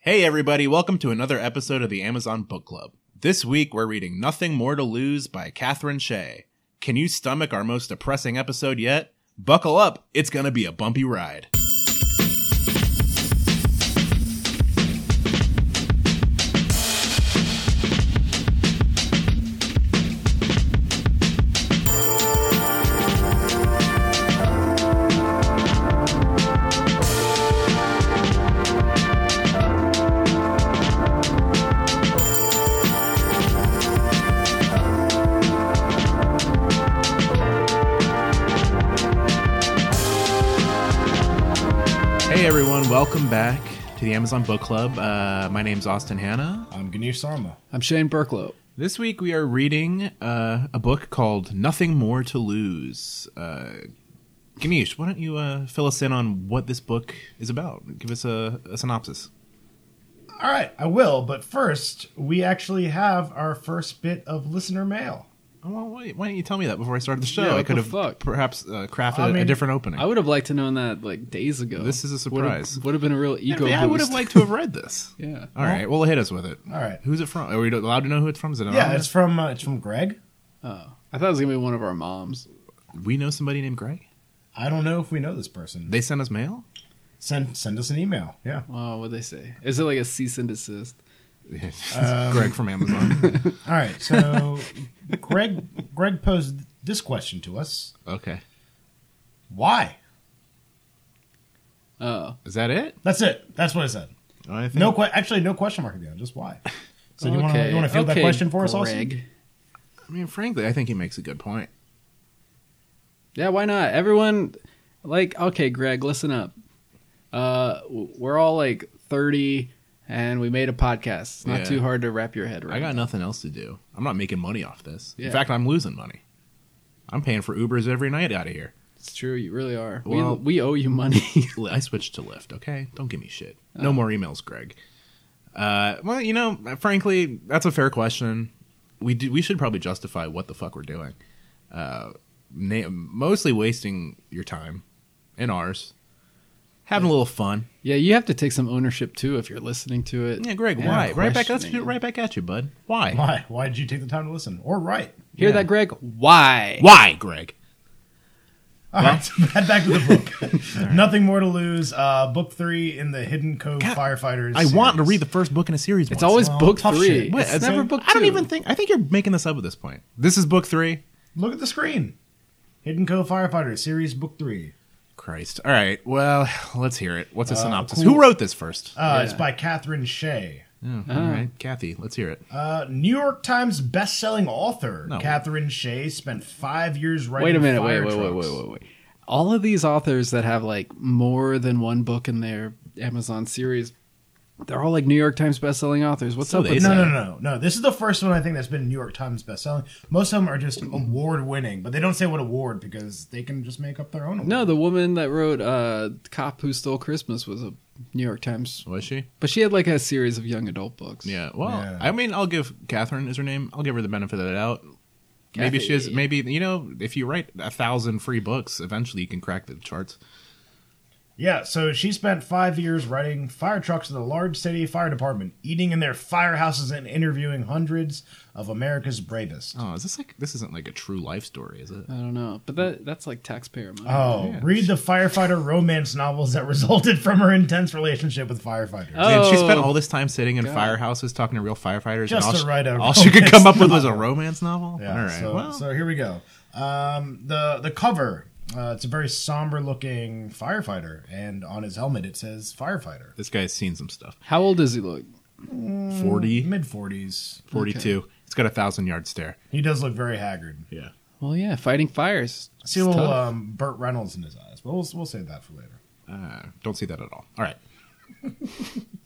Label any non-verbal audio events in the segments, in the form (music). Hey, everybody, welcome to another episode of the Amazon Book Club. This week, we're reading Nothing More to Lose by Catherine Shea. Can you stomach our most depressing episode yet? Buckle up, it's gonna be a bumpy ride. Hey, everyone, welcome back to the Amazon Book Club. Uh, my name's Austin Hanna. I'm Ganesh Sarma. I'm Shane Burklow. This week, we are reading uh, a book called Nothing More to Lose. Uh, Ganesh, why don't you uh, fill us in on what this book is about? Give us a, a synopsis. All right, I will, but first, we actually have our first bit of listener mail. Oh, Well, wait, why didn't you tell me that before I started the show? Yeah, what I could the have fuck? perhaps uh, crafted I a- a mean, different opening. I would have liked to known that like days ago. This is a surprise. Would have, been a real ego Yeah, I would have boost. liked to have read this. (laughs) Yeah. All right. Well, hit us with it. All right. Who's it from? Are we allowed to know who it's from? Is it Um, Yeah, it's anonymous? from uh, it's from Greg. Oh, I thought it was gonna be one of our moms. we know somebody named Greg. I don't know if we know this person. They sent us mail. (laughs) Send send us an email. Yeah. Oh, what they say? Is it like a cease and desist? Um, Greg from (laughs) Amazon. All right. So Greg Greg posed this question to us. okay. Why? Oh, Is that it? That's it. That's what I said. I think- No, que- actually, no question mark at the end. Just why? So do you want to okay. you want to field that Okay, question for us, also? Greg. I mean, frankly, I think he makes a good point. Yeah, why not? Everyone, like, okay, Greg, listen up. Uh, w- we're all like 30, and we made a podcast. It's not Yeah. too hard to wrap your head around. I got nothing else to do. I'm not making money off this. Yeah. In fact, I'm losing money. I'm paying for Ubers every night out of here. It's true. You really are. Well- we we owe you money. (laughs) I switched to Lyft. Okay, don't give me shit. No Oh. more emails, Greg. Uh, well, you know, frankly, that's a fair question. We do, we should probably justify what the fuck we're doing. Uh, na- mostly wasting your time and ours, having a little fun. yeah, you have to take some ownership too if you're listening to it. Yeah, Greg, why? Right back, let's questioning. do it right back at you, bud. Why? Why? Why did you take the time to listen? Or write? Hear Yeah. that, Greg? Why? Why, Greg? All right, head (laughs) back to the (laughs) book. Nothing more to lose. Uh, book three in the Hidden Cove God, Firefighters. I want to series. read the first book in a series. once. It's always Well, book tough three. shit. Wait, It's that's- never book two. I don't even think. I think you're making this up at this point. This is book three. Look at the screen. Hidden Cove Firefighters series book three. Christ. All right. Well, (sighs) let's hear it. What's a synopsis? cool. Who wrote this first? Uh, Yeah. It's by Catherine Shea. Oh, all right, Kathy. Let's hear it. Uh, New York Times best-selling author No. Catherine Shea spent five years writing. Wait a minute. Wait, fire wait, wait, trucks. wait, wait, wait. All of these authors that have like more than one book in their Amazon series, they're all like New York Times bestselling authors. What's So up they with say. that? No, no, no, no, no. This is the first one I think that's been New York Times best-selling. Most of them are just award-winning, but they don't say what award because they can just make up their own. Award. No, the woman that wrote uh, "Cop Who Stole Christmas" was a New York Times, Was she? but she had like a series of young adult books. Yeah. Well, Yeah. I mean, I'll give Catherine is her name. I'll give her the benefit of the doubt. Maybe she is. Kathy. Maybe you know, if you write a thousand free books, eventually you can crack the charts. Yeah, so she spent five years writing fire trucks in the large city fire department, eating in their firehouses and interviewing hundreds of America's bravest. Oh, is this like this isn't like a true life story, is it? I don't know, but that that's like taxpayer money. Oh, yeah. read the firefighter romance novels that resulted from her intense relationship with firefighters. Oh. Man, she spent all this time sitting in God. firehouses talking to real firefighters. and Just all to she, write a all she could romance come up with was a romance novel. Yeah, all right. so, well, so here we go. Um, the the cover, uh, it's a very somber looking firefighter, and on his helmet it says firefighter, this guy's seen some stuff. How old does he look? Mm. 40, mid forties. 42. It's got a thousand yard stare. He does look very haggard. Yeah. Well, yeah, fighting fires. I see a little um, Burt Reynolds in his eyes, but we'll we'll save that for later. Uh, don't see that at all. All right. (laughs)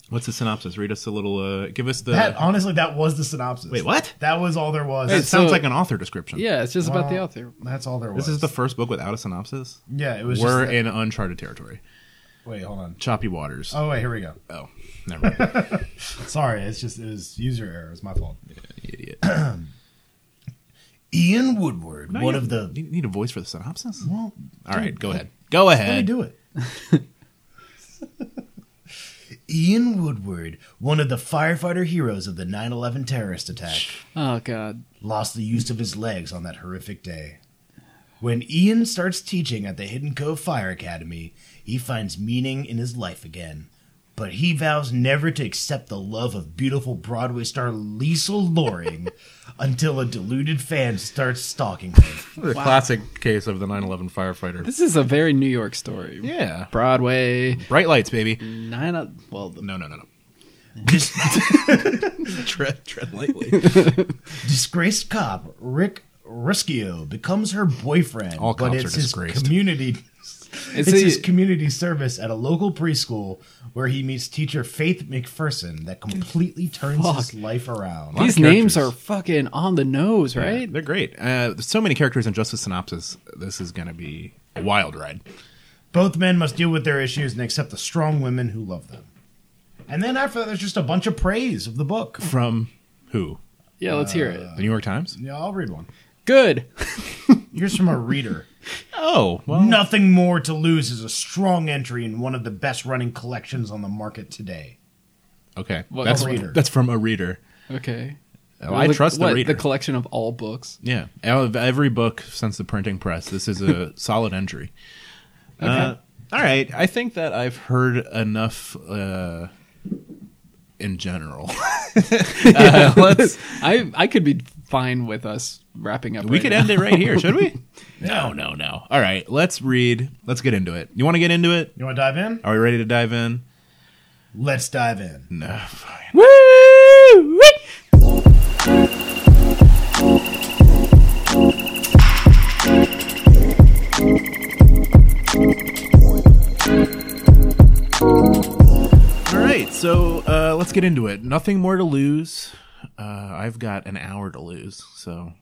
What's the synopsis? Read us a little. Uh, give us the. That honestly, that was the synopsis. Wait, what? That was all there was. That Wait, sounds so- like an author description. Yeah, it's just about the Well, author. That's all there was. This is the first book without a synopsis. yeah. It was. We're just that- in uncharted territory. Wait, hold on. Choppy waters. Oh, Oh wait, here we go. never (laughs) mind. Sorry, it's just it was user error. It's my fault. Idiot. (clears throat) Ian Woodward, No, one you- of the. You need a voice for the synopsis? Well, All right, go ahead. Go let me ahead. do it. (laughs) Ian Woodward, one of the firefighter heroes of the 9 11 terrorist attack, Oh god. lost the use of his legs on that horrific day. When Ian starts teaching at the Hidden Cove Fire Academy, he finds meaning in his life again. But he vows never to accept the love of beautiful Broadway star Lisa Loring until a deluded fan starts stalking him. The classic case of the 9/11 firefighter. This is a very New York story. Yeah, Broadway, bright lights, baby. nine. o- Well, the- No, no, no, no. This (laughs) Tread, tread lightly. (laughs) disgraced cop Rick Ruscio becomes her boyfriend, All but cops it's are his disgraced. (laughs) community. It's, It's a- his community service at a local preschool where he meets teacher Faith McPherson that completely turns his Fuck. life around. Lot of these names are characters. fucking on the nose, right? They're great. Uh, there's so many characters in just a synopsis. This is going to be a wild ride. Both men must deal with their issues and accept the strong women who love them. And then after that, there's just a bunch of praise of the book. From who? Yeah, let's hear it. The New York Times? Yeah, I'll read one. Good. Here's from a reader. Oh, well. Nothing More to Lose is a strong entry in one of the best running collections on the market today. Okay. What- that's, a reader. that's from a reader. (laughs) Okay. Oh, I trust the what, reader. The collection of (laughs) all books. Yeah. Out of every book since the printing press, this is (laughs) a solid entry. Uh, Okay. All right. I think that I've heard enough uh, in general. (laughs) (laughs) Uh, let's, I I could be fine with us wrapping up. we right could now. end it right here, should we? (laughs) No, no, no. All right. Let's read. Let's get into it. You want to get into it? You want to dive in? Are we ready to dive in? Let's dive in. No, fine. (laughs) Woo! All right, so uh, let's get into it. Nothing more to lose. Uh, I've got an hour to lose, so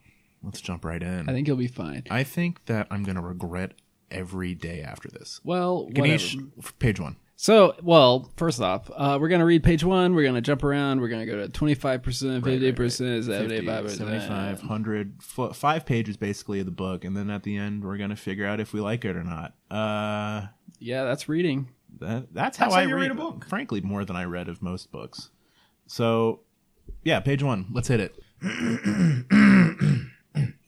let's jump right in. I think you'll be fine. I think that I'm going to regret every day after this. Well, whatever. Ganesh, f- page one. So, well, first off, uh, we're gonna read page one. We're gonna jump around. We're gonna go to twenty five percent, fifty percent, seventy 50, five percent. 75, 100, f- five pages basically of the book, and then at the end we're going to figure out if we like it or not. Uh, Yeah, that's reading. that, that's how That's how I you read a book. Frankly, more than I read of most books. So, yeah, page one. Let's hit (coughs) it.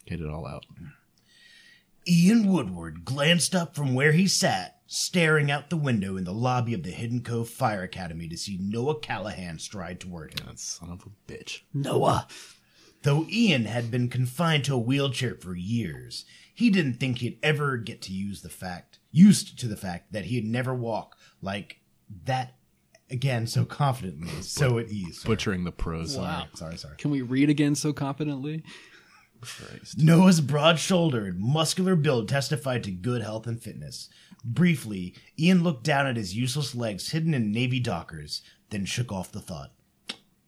Get it all out. Ian Woodward glanced up from where he sat, staring out the window in the lobby of the Hidden Cove Fire Academy to see Noah Callahan stride toward him. That son of a bitch. Noah! Though Ian had been confined to a wheelchair for years, he didn't think he'd ever get to use the fact, used to the fact that he'd never walk like that again so confidently, so at ease. Butchering the prose. Sorry, sorry, sorry. Can we read again so confidently? Noah's broad shouldered, muscular build testified to good health and fitness. Briefly, Ian looked down at his useless legs hidden in Navy dockers, then shook off the thought.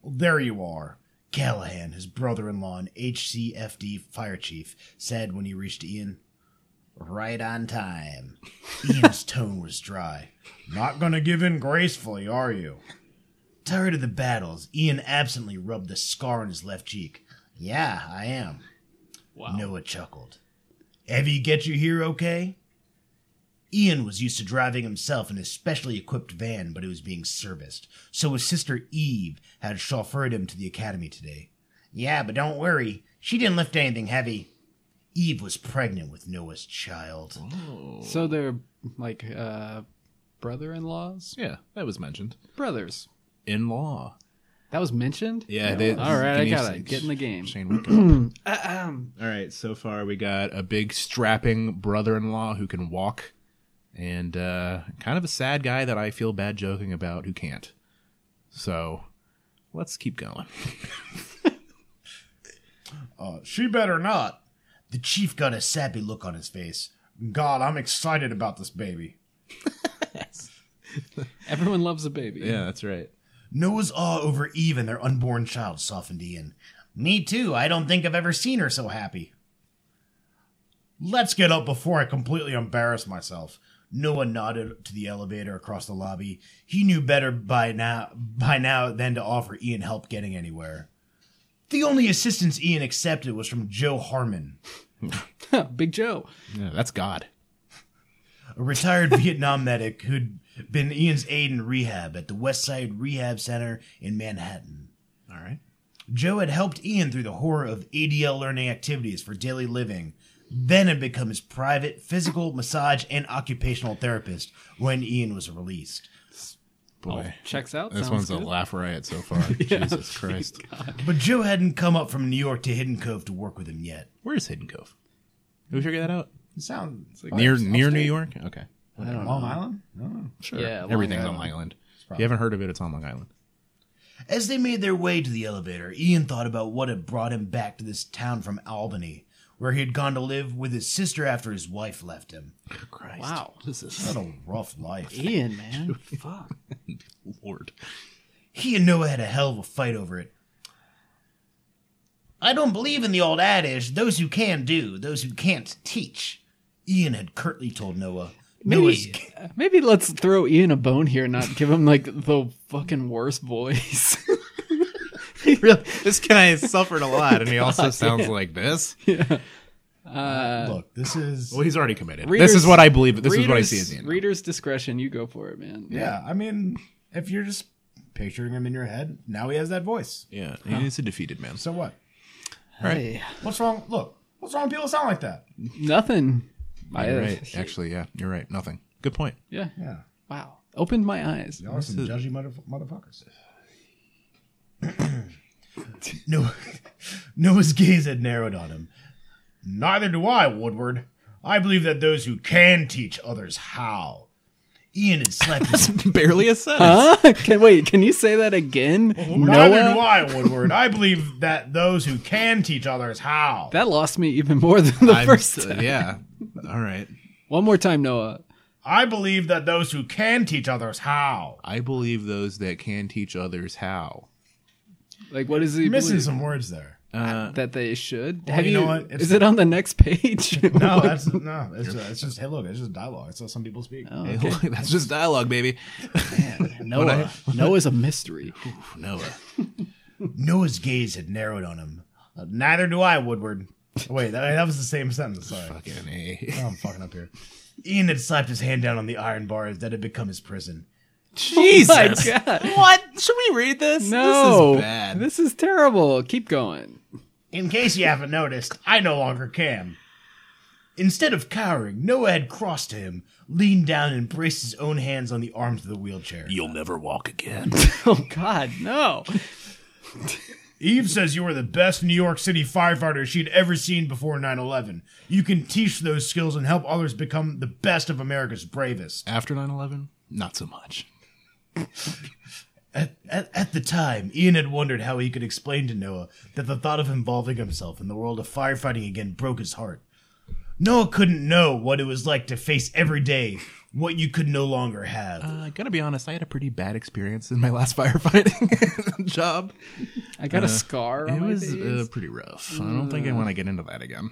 Well, there you are. Callahan, his brother in law and HCFD fire chief, said when he reached Ian. Right on time. Ian's tone was dry. Not gonna give in gracefully, are you? Tired of the battles, Ian absently rubbed the scar on his left cheek. Yeah, I am. Noah chuckled. Evie get you here okay? Ian was used to driving himself in a specially equipped van, but it was being serviced, so his sister Eve had chauffeured him to the academy today. Yeah, but don't worry, she didn't lift anything heavy. Eve was pregnant with Noah's child. So they're like uh, brother-in-laws, Yeah, that was mentioned. brothers. In law. That was mentioned. Yeah, All right, I gotta get in the game. Shane Wickham. (clears throat) All right, so far we got a big strapping brother-in-law who can walk, and uh, kind of a sad guy that I feel bad joking about who can't. So let's keep going. Uh, She better not. The chief got a sappy look on his face. God, I'm excited about this baby. Everyone loves a baby. Yeah, that's right. Noah's awe over Eve and their unborn child softened Ian. Me too. I don't think I've ever seen her so happy. Let's get up before I completely embarrass myself. Noah nodded to the elevator across the lobby. He knew better by now by now than to offer Ian help getting anywhere. The only assistance Ian accepted was from Joe Harmon, (laughs) Big Joe. Yeah, that's God. a retired (laughs) Vietnam medic who'd been Ian's aide in rehab at the Westside Rehab Center in Manhattan. All right. Joe had helped Ian through the horror of ADL learning activities for daily living, then had become his private physical, massage, and occupational therapist when Ian was released. Boy. Checks out. This Oh, sounds one's good. a laugh riot (laughs) so far. Jesus Christ. But Joe hadn't come up from New York to Hidden Cove to work with him yet. Where's Hidden Cove? Did we figure that out? Sound near near New York? Okay. I Uh-huh. don't Long know. Island? I don't know. Sure. Yeah, Long Everything's on Island. Long Island. If you haven't heard of it, it's on Long Island. As they made their way to the elevator, Ian thought about what had brought him back to this town from Albany, where he had gone to live with his sister after his wife left him. Christ. Wow. This is What a rough life. Ian, man. (laughs) Fuck. Lord. He and Noah had a hell of a fight over it. I don't believe in the old adage, those who can do, those who can't teach. Ian had curtly told Noah. Noah's, Maybe, uh, maybe let's throw Ian a bone here and not give him like the fucking worst voice. (laughs) really? This guy has suffered a lot, (laughs) and he also sounds like this. look, this is Well, he's already committed. Readers- this is what I believe. This is what I Readers- see as Ian. Reader's discretion. You go for it, man. Yeah, I mean, if you're just picturing him in your head, now he has that voice. yeah, he's a defeated man. So what? Hey, What's wrong? Look, what's wrong? with People that sound like that. nothing. I, You're right. Actually, yeah, you're right. Nothing. Good (laughs) point. Yeah. Yeah, Wow. Opened my eyes. y'all are some judgy mother- motherfuckers. (clears throat) (laughs) Noah, Noah's gaze had narrowed on him. Neither do I, Woodward. I believe that those who can teach others how. Ian had slapped his Barely a sentence. (laughs) Huh? Can, wait, can you say that again? (laughs) Neither do Noah? I, Woodward. I believe that those who can teach others how. That lost me even more than the I'm first s- time. yeah. All right. One more time, Noah. I believe that those who can teach others how. I believe those that can teach others (laughs) how. Like, what is he You're missing believe? some words (laughs) there. that they should? Well, Have you you? know what? It's- Is it on the next page? (laughs) No, that's no. It's, uh, it's just hey, look, it's just dialogue. It's how some people speak. Oh, Hey, look, that's just dialogue, baby. Noah. Noah's a (laughs) mystery. Noah. Noah's gaze had narrowed on him. Uh, Neither do I, Woodward. Wait, that, that was the same sentence. Sorry, Fucking A. I'm fucking up here. Ian had slapped his hand down on the iron bars that had become his prison. Jesus. My God. (laughs) What? Should we read this? No. This is bad. This is terrible. Keep going. In case you haven't noticed, I no longer can. Instead of cowering, Noah had crossed to him, leaned down, and braced his own hands on the arms of the wheelchair. You'll never walk again. (laughs) Oh God, no. Eve says you are the best New York City firefighter she'd ever seen before 9 11. You can teach those skills and help others become the best of America's bravest. After 9 11? Not so much. At, at, at the time, Ian had wondered how he could explain to Noah that the thought of involving himself in the world of firefighting again broke his heart. Noah couldn't know what it was like to face every day what you could no longer have. Uh, gotta be honest, I had a pretty bad experience in my last (laughs) firefighting (laughs) job. I got a scar. On It my was face. uh, pretty rough. I don't think I want to get into that again.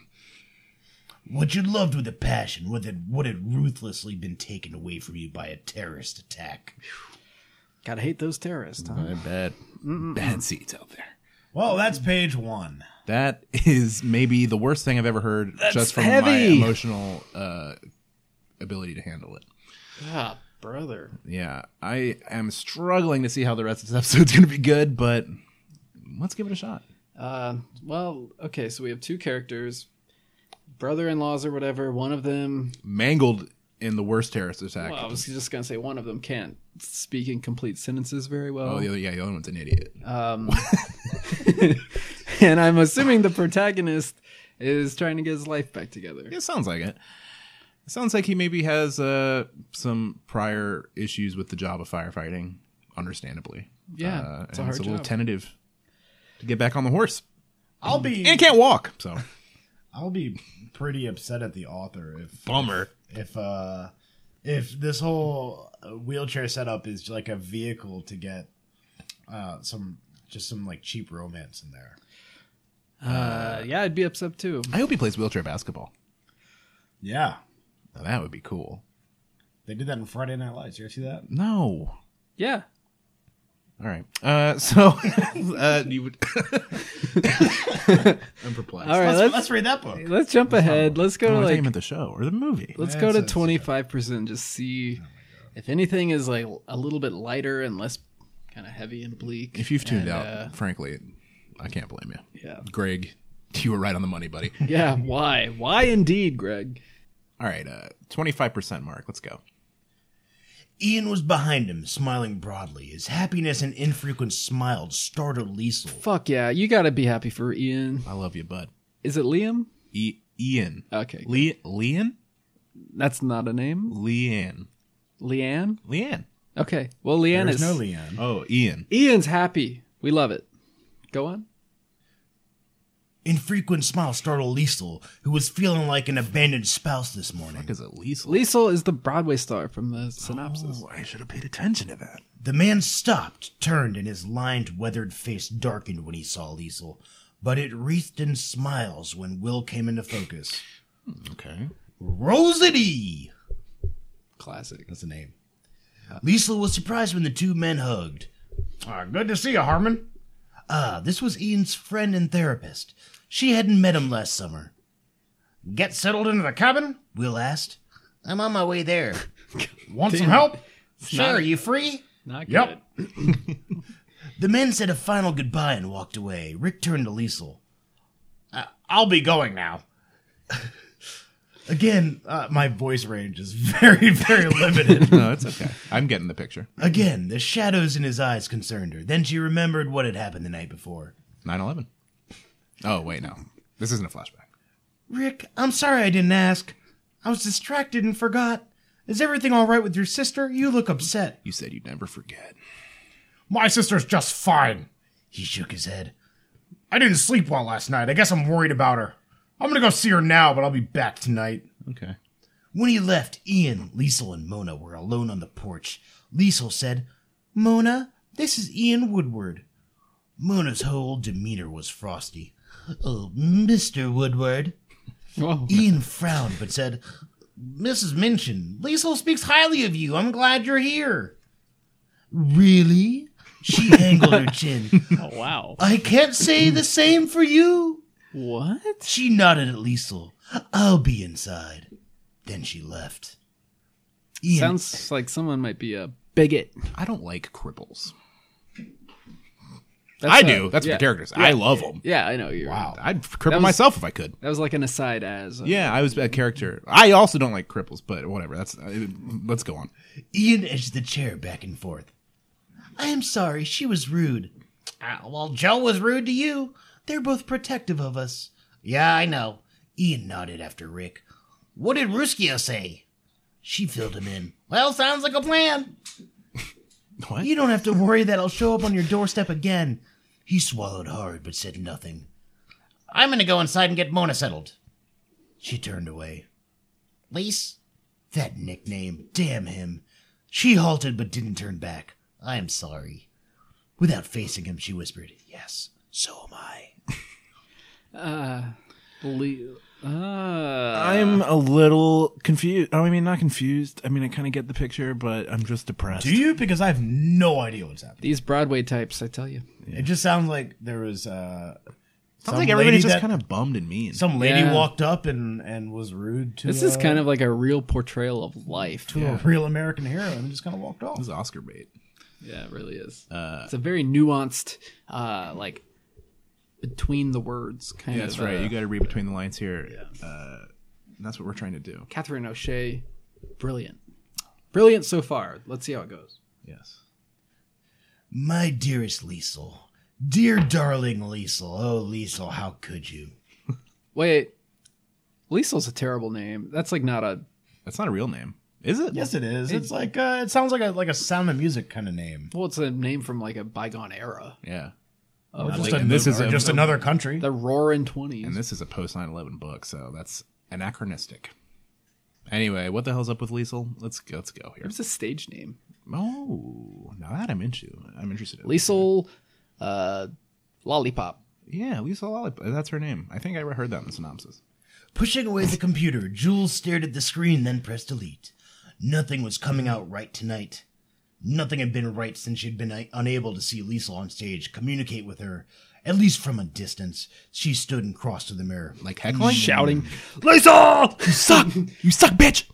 What you loved with a passion, what had, what had ruthlessly been taken away from you by a terrorist attack. Gotta hate those terrorists. Huh? bad, bad seats out there. Well, that's page one. That is maybe the worst thing I've ever heard, just from my heavy. emotional uh, ability to handle it. Ah, brother. Yeah, I am struggling to see how the rest of this episode's (laughs) going to be good, but let's give it a shot. Uh, well, okay. So we have two characters, brother-in-laws or whatever. One of them. Mangled in the worst terrorist attack. Well, I was just gonna say one of them can't speak in complete sentences very well. oh, the other, yeah, the other one's an idiot. (laughs) and I'm assuming the protagonist is trying to get his life back together. It sounds like it. It sounds like he maybe has uh, some prior issues with the job of firefighting, understandably. Yeah, uh, it's a and hard it's a little job. tentative to get back on the horse, I'll and he be can't walk. So I'll be pretty upset at the author if bummer. if uh if this whole wheelchair setup is like a vehicle to get uh some just some like cheap romance in there. Uh, yeah, I'd be upset (sighs) too. I hope he plays wheelchair basketball. Yeah. Now, that would be cool. They did that in Friday Night Lights. You ever see that? No. Yeah. All right. Uh, so (laughs) uh, you would. I'm perplexed. All right, let's, let's- let's read that book. Let's jump ahead. Let's go No, to I thought like you meant the show or the movie. Let's Yeah, go it's- to it's- twenty five percent. Just see if anything is like a little bit lighter and less kind of heavy and bleak. If you've tuned and, out, uh, frankly, I can't blame you. yeah, Greg, (laughs) you were right on the money, buddy. yeah. Why? Why indeed, Greg? All right, uh, 25% mark. Let's go. Ian was behind him, smiling broadly. His happiness and infrequent smile startled Liesel. Fuck yeah! You gotta be happy for Ian. I love you, bud. Is it Liam? E- Ian. Okay, Le- Leon? that's not a name. Leanne. Leanne. Leanne. Okay. Well, Leanne There's is no Leon. Oh, Ian. Ian's happy. We love it. Go on. Infrequent smile startled Liesel, who was feeling like an abandoned spouse this morning. Because it Liesl. Liesel is the Broadway star from the synopsis. Oh, I should have paid attention to that. The man stopped, turned, and his lined, weathered face darkened when he saw Liesel, but it wreathed in smiles when Will came into focus. Okay. Rosity! Classic. That's the name. Liesel was surprised when the two men hugged. Ah, good to see you, Harmon. Ah, this was Ian's friend and therapist. She hadn't met him last summer. Get settled into the cabin. Will asked. I'm on my way there. Want (laughs) some help? not- Sure, you free? Not Yep. good. The men said a final goodbye and walked away. Rick turned to Liesel. Uh, I'll be going now. Again, Uh, my voice range (laughs) is very, very limited. No, it's okay. I'm getting the picture. again, the shadows in his eyes concerned her. Then she remembered what had happened the night before. 9 11. Oh, wait, no. This isn't a flashback. Rick, I'm sorry I didn't ask. I was distracted and forgot. Is everything all right with your sister? You look upset. You said you'd never forget. my sister's just fine. He shook his head. I didn't sleep well last night. I guess I'm worried about her. I'm gonna go see her now, but I'll be back tonight. Okay. When he left, Ian, Liesel, and Mona were alone on the porch. Liesel said, Mona, this is Ian Woodward. Mona's whole demeanor was frosty. Oh, Mr. Woodward. Whoa. Ian frowned but said, Mrs. Minchin, Liesel speaks highly of you. I'm glad you're here. Really? She angled her chin. Oh, wow. I can't say the same for you. What? She nodded at Liesel. I'll be inside. Then she left. Ian, Sounds like someone might be a bigot. I don't like cripples. That's I a- do. That's yeah. the characters. I love them. Yeah, I know you're. I'd cripple was- myself if I could. That was like an aside as. uh, Yeah, I was a character. I also don't like cripples, but whatever. That's uh, let's go on. Ian edged the chair back and forth. I am sorry, she was rude. Ah, well, Joe was rude to you. They're both protective of us. Yeah, I know. Ian nodded after Rick. What did Ruskio say? She filled him in. Well, sounds like a (laughs) plan. What? You don't have to worry that I'll show up on your doorstep again. He swallowed hard but said nothing. I'm going to go inside and get Mona settled. She turned away. Lise? That nickname. Damn him. She halted but didn't turn back. I am sorry. Without facing him, she whispered, Yes, so am I. Le- uh, I'm a little confused. Oh, I mean, not confused. I mean, I kind of get the picture, but I'm just depressed. Do you? Because I have no idea what's happening. these Broadway types, I tell you. It just sounds like there was uh, Sounds like everybody's just kind of bummed and mean. some lady Yeah. walked up and and was rude to. This is uh, kind of like a real portrayal of life. to a real American hero and just kind of walked off. this is Oscar bait. Yeah, it really is. Uh, it's a very nuanced, uh, like between the words kind Yeah, of. that's right. uh, You got to read between the lines here. Uh, that's what we're trying to do. Catherine O'Shea, brilliant, brilliant so far. Let's see how it goes. Yes. My dearest Liesel. Dear darling Liesel. Oh, Liesel, how could you? Wait, Liesel's a terrible name. That's like not a. That's not a real name, is it? Yes, it is. It's like uh, it sounds like a like a Sound of Music kind of name. Well, it's a name from like a bygone era. Yeah. Or just like- a- and this is or Oh, a- just another country. The Roaring Twenties. And this is a post 9 11 book, so that's anachronistic. Anyway, what the hell's up with Liesel? Let's go, let's go here. It's a stage name. Oh, now that I'm into. I'm interested. In. Liesel, uh, lollipop. Yeah, Liesel Lollipop. That's her name. I think I heard that in the synopsis. Pushing away the computer, Jules stared at the screen, then pressed delete. Nothing was coming out right tonight. Nothing had been right since she'd been uh, unable to see Liesel on stage, communicate with her, at least from a distance. She stood and crossed to the mirror. Like heckling? Shouting, Mm. (laughs) Liesel! You suck! you suck, bitch!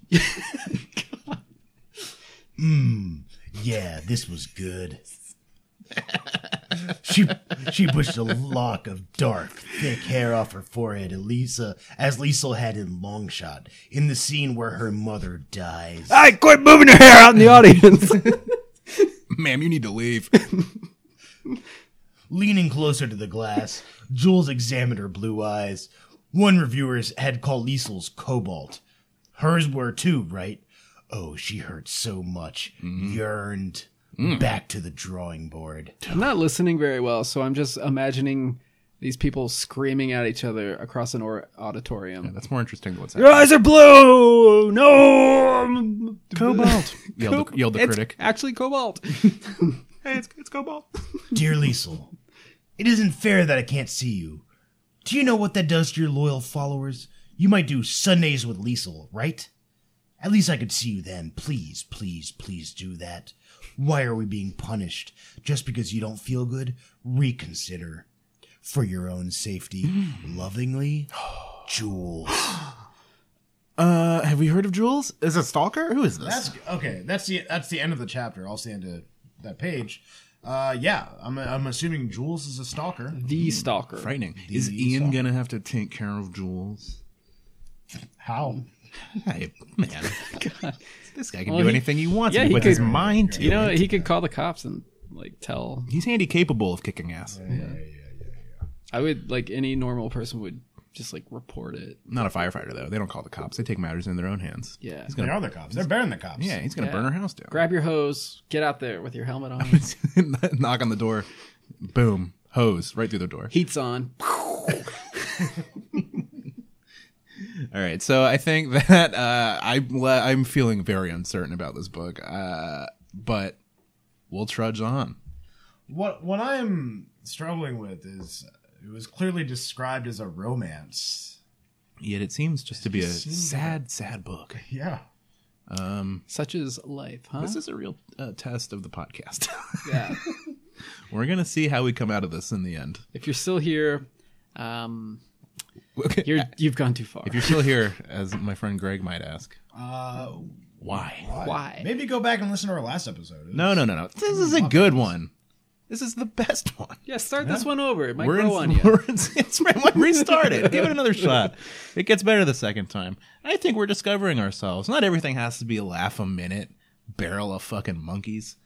Yeah, this was good. she she pushed a lock of dark, thick hair off her forehead, and Lisa, as Liesel had in Long Shot, in the scene where her mother dies. I quit moving your hair out in the audience. (laughs) Ma'am, you need to leave. Leaning closer to the glass, Jules examined her blue eyes. One reviewer had called Liesel's cobalt. Hers were too, right? Oh, she hurt so much. Yearned. Back to the drawing board. I'm not listening very well, so I'm just imagining these people screaming at each other across an or- auditorium. That's more interesting than what's Your happening. eyes are blue. No, I'm- Cobalt. (laughs) yelled the, yelled the It's critic. Actually, cobalt. Hey, it's, it's Cobalt. Dear Liesel, it isn't fair that I can't see you. Do you know what that does to your loyal followers? You might do Sundays with Liesel, right? At least I could see you then. Please, please, please do that. Why are we being punished? Just because you don't feel good? Reconsider. For your own safety. Mm. (sighs) Lovingly, Jules. Uh, have we heard of Jules? Is it Stalker? Who is this? That's okay. That's the that's the end of the chapter. I'll see into that page. Uh, yeah, I'm I'm assuming Jules is a stalker. (laughs) the stalker. frightening. Is Ian gonna have to take care of Jules? How? Hey, (laughs) man. This guy can Well, do he- anything he wants yeah, he with could- his mind. You know, he could call the cops and like tell. He's handy capable of kicking ass. I would like any normal person would just like report it. Not a firefighter though. They don't call the cops. They take matters in their own hands. Yeah. He's They gonna, are the cops. They're better than the cops. yeah, he's gonna Yeah. burn her house down. Grab your hose. Get out there with your (laughs) helmet on. Knock on the door. Boom. Hose right through the door. Heat's on. All right, so I think (laughs) that uh, I'm le- I'm feeling very uncertain about this book, uh, but we'll trudge on. What what I'm struggling with is it was clearly described as a romance. Yet it seems just to be a sad, sad book. Yeah. Such is life, huh? This is a real uh, test of the podcast. (laughs) yeah. We're gonna see how we come out of this in the end. If you're still here, um, Okay. you're you've gone too far. If you're still (laughs) here, as my friend Greg might ask, Uh, why? Why? maybe go back and listen to our last episode. No, no, no, no. This is a good one. This is the best (laughs) one. Yeah, start this one over. It might We're in, grow on you. we're in. (laughs) It's right. Restart it. Give it another shot. It gets better the second time. I think we're discovering ourselves. Not everything has to be a laugh a minute, barrel of fucking monkeys.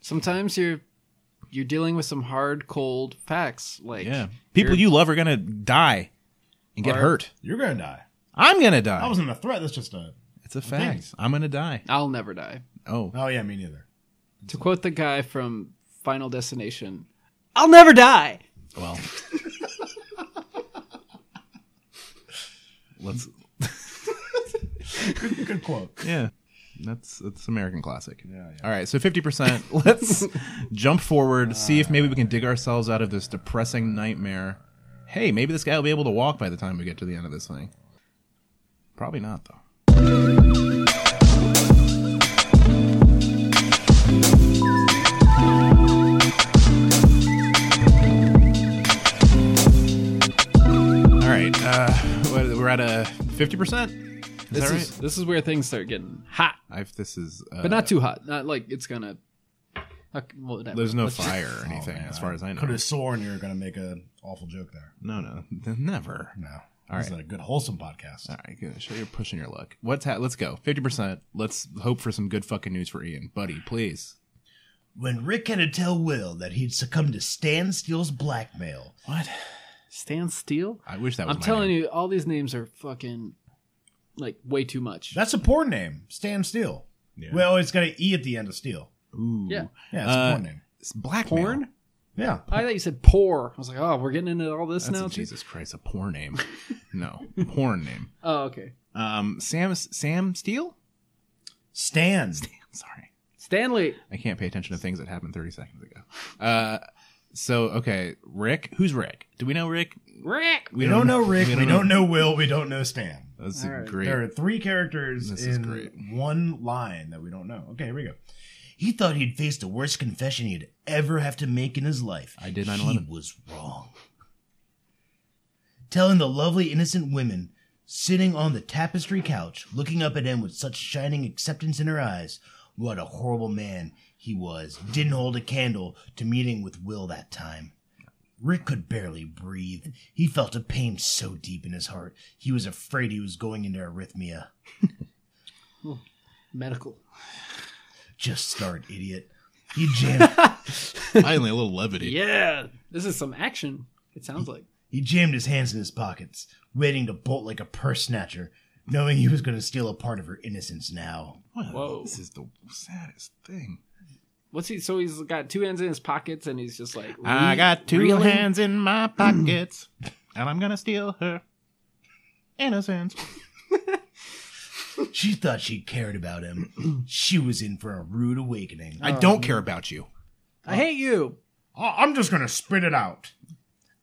Sometimes you're you're dealing with some hard, cold facts. Like Yeah, people you love are gonna die and get Or- hurt. You're gonna die. I'm gonna die. That wasn't a threat. That's just a. it's a fact. I'm gonna die. I'll never die. Oh, Oh yeah, me neither. To quote the guy from Final Destination, I'll never die. well. Let's. Good quote. Yeah. That's that's American classic. Yeah, yeah. All right, so fifty percent. Let's jump forward, see if maybe we can dig ourselves out of this depressing nightmare. Hey, maybe this guy will be able to walk by the time we get to the end of this thing. Probably not, though. All right, uh, what- we're at a fifty percent. Is This that right? is this is where things start getting hot, I've, this is, uh, but not too hot. Not like it's gonna. okay, whatever. There's no Let's just- fire Oh, or anything, as far as I know. Could have sworn you were gonna make an awful joke there. No, no, never. No. this is a good wholesome podcast. All right, good. Show you're pushing your luck. What's ha- let's go fifty percent. Let's hope for some good fucking news for Ian, buddy. Please. When Rick had to tell Will that he'd succumbed to Stan Steele's blackmail, What? Stan Steele. I wish that was. I'm telling you, all these names are fucking like way too much. That's a porn name. Stan Steele. Yeah. Well, it's got an e at the end of Steele. you. Ooh. yeah, Yeah, it's Uh, a porn name. It's black porn. Yeah. I thought you said poor. I was like, oh, we're getting into all this That's now. a, too? Jesus Christ, a poor (laughs) name. no, porn name. Oh, okay. Um, Sam Sam Steele. Stan. Sorry, Stanley. I can't pay attention to things that happened thirty seconds ago. Uh, so okay, Rick. Who's Rick? Do we know Rick? Rick. We don't know Rick. We don't, know. know Will. We don't know Stan. That's All right. great. There are three characters This is in great. one line that we don't know. Okay, here we go. he thought he'd faced the worst confession he'd ever have to make in his life. I did He 9/11. was wrong. Telling the lovely, innocent women Sitting on the tapestry couch, looking up at him with such shining acceptance in her eyes, what a horrible man he was. Didn't hold a candle to meeting with Will that time. Rick could barely breathe. He felt a pain so deep in his heart, he was afraid he was going into arrhythmia. Medical. Just start, idiot. He jammed Finally, a little levity. Yeah, this is some action. It sounds like. He jammed his hands in his pockets, waiting to bolt like a purse snatcher, knowing he was going to steal a part of her innocence now. Well, Whoa. This is the saddest thing. What's he? So he's got two ends in his pockets, and he's just like, I re- got two reeling? hands in my pockets, (clears throat) and I'm gonna steal her innocence. She thought she cared about him. she was in for a rude awakening. Um, I don't care about you. I hate you. I- I'm just gonna spit it out.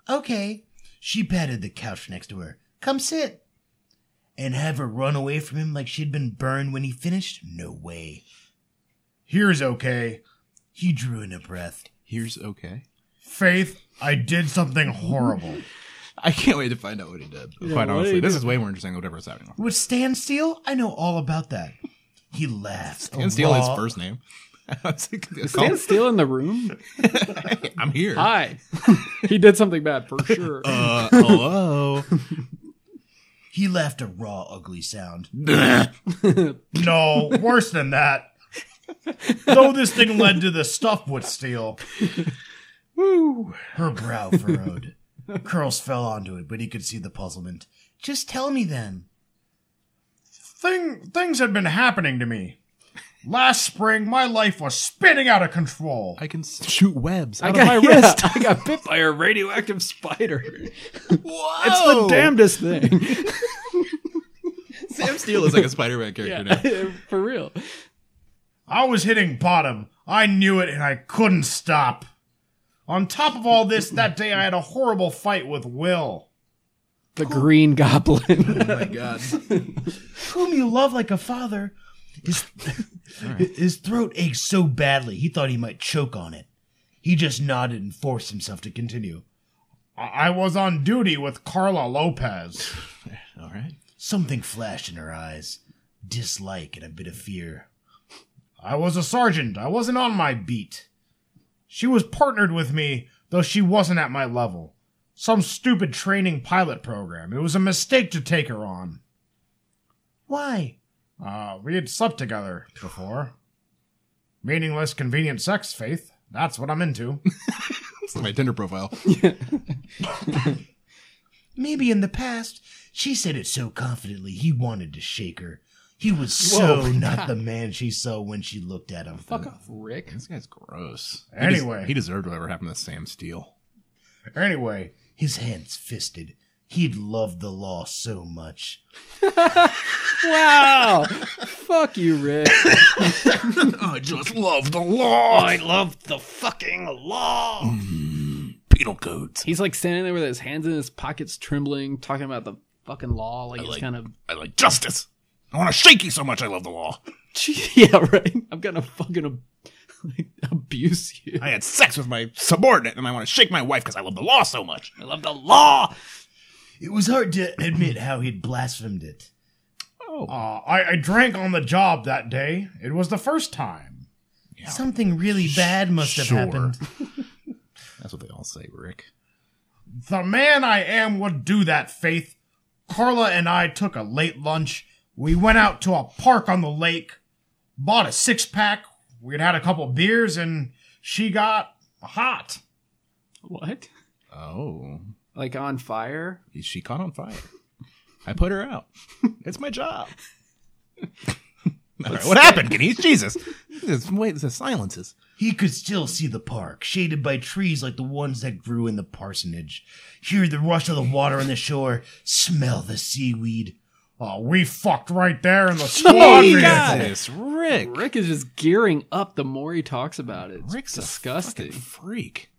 Okay. She patted the couch next to her. Come sit. And have her run away from him like she'd been burned when he finished? No way. Here's okay. He drew in a breath. Here's okay. (laughs) Faith, I did something horrible. I can't wait to find out what he did. what Quite did honestly, he this do? is way more interesting than whatever was happening. With Stan Steele? I know all about that. He laughed. a Stan Steele his raw- first name. (laughs) I was like, Stand still in (laughs) the room. I'm here. Hi. (laughs) he did something bad for sure. Uh, hello. (laughs) He laughed a raw, ugly sound. No, worse than that. Though this thing led to the stuff with steel. Woo. Her brow furrowed. Curls fell onto it, but he could see the puzzlement. Just tell me then. Thing things had been happening to me. Last spring, my life was spinning out of control. I can shoot webs out I of (laughs) got, my yeah, wrist. I got bit by a radioactive spider. (laughs) Whoa! It's the damnedest (laughs) thing. (laughs) Sam Steele is like a Spider-Man character now. (laughs) for real. I was hitting bottom. I knew it and I couldn't stop. On top of all this, that day I had a horrible fight with Will. The Green Goblin. (laughs) Oh my god. Whom you love like a father. His, his throat ached so badly he thought he might choke on it. He just nodded and forced himself to continue. I I was on duty with Carla Lopez. All right. Something flashed in her eyes dislike and a bit of fear. I was a sergeant. I wasn't on my beat. She was partnered with me, though she wasn't at my level. Some stupid training pilot program. It was a mistake to take her on. Why? Uh, we had slept together before. Meaningless, convenient sex, Faith. That's what I'm into. (laughs) It's my Tinder profile. Maybe in the past. She said it so confidently he wanted to shake her. He (laughs) was so not the man she saw when she looked at him. Fuck off, Rick. This guy's gross. He des- Anyway. he deserved whatever happened to Sam Steele. Anyway, His hands fisted. He'd loved the law so much. Wow. Fuck you, (laughs) Rick. (laughs) I just love the law. I love the fucking law. Mm, penal codes. He's like standing there with his hands in his pockets, trembling, talking about the fucking law. Like it's like- kind of. I like justice. I want to shake you so much. I love the law. (laughs) Yeah, right. I'm gonna fucking ab- (laughs) like, abuse you. I had sex with my subordinate, and I want to shake my wife because I love the law so much. I love the law. It was hard to admit how he'd blasphemed it. Oh, uh, I, I drank on the job that day. It was the first time. Something really bad must have sure. happened. that's what they all say, Rick. The man I am would do that, Faith. Carla and I took a late lunch. We went out to a park on the lake, bought a six pack. We'd had a couple beers, and she got hot. What? Oh, Like on fire? is she caught on fire? I put her out. It's my job. (laughs) All right, what happened, Kenny? Jesus. This is- Wait, the silences. He could still see the park, shaded by trees like the ones that grew in the parsonage. Hear the rush of the water on the shore, smell the seaweed. Oh Oh, we fucked right there in the (laughs) squad vehicle. Jesus, Rick. Rick is just gearing up the more he talks about it. It's Rick's disgusting. a fucking freak.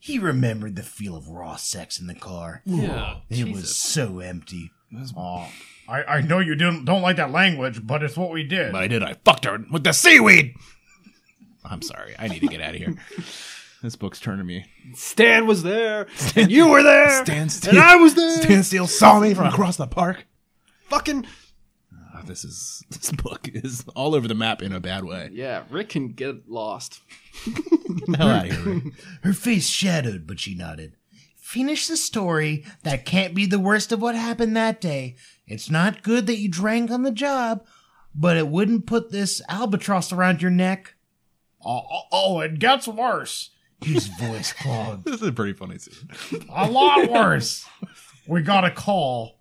He remembered the feel of raw sex in the car. yeah. It was so empty. Oh, I, I know you didn't don't like that language, but it's what we did. But I did. I fucked her with the seaweed. I'm sorry. I need to get out of here. (laughs) this book's turning me. Stan was there. and you were there. Stan Steele. and I was there. Stan Steele saw me from across the park. fucking Ah, this is this book is all over the map in a bad way. yeah. Rick can get lost. (laughs) Hell out of here. Rick. Her face shadowed, but she nodded. Finish the story. That can't be the worst of what happened that day. It's not good that you drank on the job, but it wouldn't put this albatross around your neck. Oh, oh, oh, it gets worse. His voice (laughs) clogged. This is a pretty funny scene. (laughs) A lot worse. We got a call,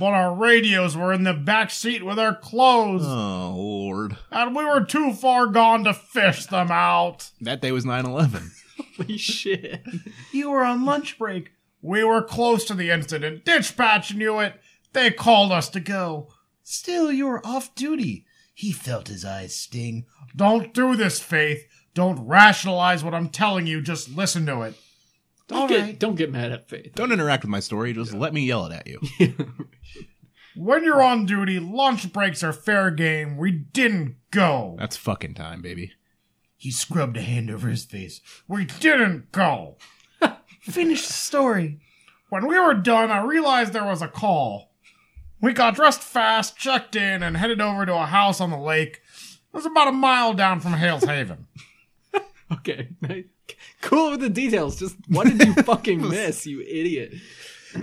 but our radios were in the back seat with our clothes, Oh lord, and we were too far gone to fish them out. that day was 9-11. Holy shit. You were on lunch break. We were close to the incident. Dispatch knew it. They called us to go. Still, you were off duty. He felt his eyes sting. Don't do this, Faith. Don't rationalize what I'm telling you. Just listen to it. Don't All get right. don't get mad at Faith. (laughs) Don't interact with my story. Just let me yell it at you. When you're on duty, lunch breaks are fair game. We didn't go. That's fucking time, baby. He scrubbed a hand over his face. We didn't go. (laughs) Finish the story. When we were done, I realized there was a call. We got dressed fast, checked in, and headed over to a house on the lake. It was about a mile down from Hales Haven. Okay. (laughs) Cool with the details. Just what did you fucking miss, you idiot?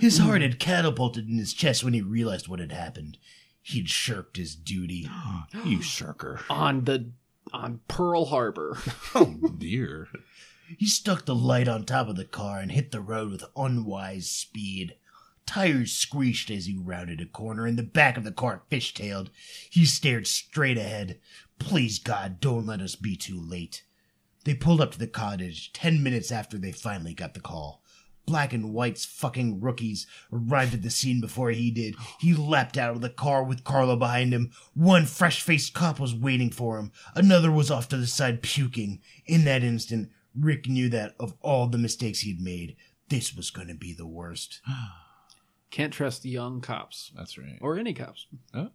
His heart had catapulted in his chest when he realized what had happened. He'd shirked his duty. You (gasps) shirker. On the on Pearl Harbor. (laughs) Oh dear. He stuck the light on top of the car and hit the road with unwise speed. Tires screeched as he rounded a corner and the back of the car fishtailed. He stared straight ahead. Please, God, don't let us be too late. They pulled up to the cottage ten minutes after they finally got the call. Black and White's fucking rookies arrived at the scene before he did. He leapt out of the car with Carlo behind him. One fresh faced cop was waiting for him. Another was off to the side puking. In that instant, Rick knew that of all the mistakes he'd made, this was gonna be the worst. Can't trust young cops. That's right. Or any cops. (laughs) Oh.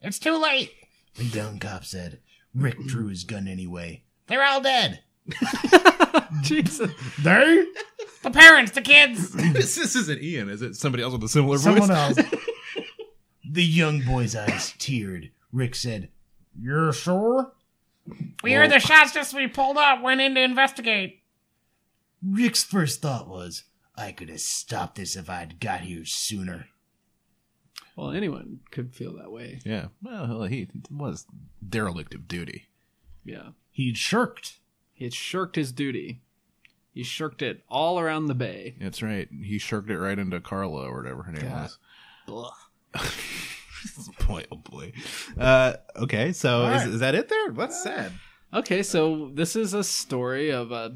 It's too late. The dumb cop said. Rick drew his gun anyway. They're all dead. Jesus. They? The parents, the kids. (laughs) this, this isn't Ian, is it? Somebody else with a similar Someone voice. else. (laughs) The young boy's eyes teared. Rick said, You're sure? We heard the shots just as we pulled up, went in to investigate. Rick's first thought was, I could have stopped this if I'd got here sooner. Well, anyone could feel that way. Yeah. Well, hell, he was derelict of duty. Yeah. He shirked. He had shirked his duty. He shirked it all around the bay. That's right. He shirked it right into Carla or whatever her name God. was. Ugh. (laughs) boy, oh boy. Uh, okay, so is, right. is that it there? That's Uh, sad. Okay, so this is a story of a,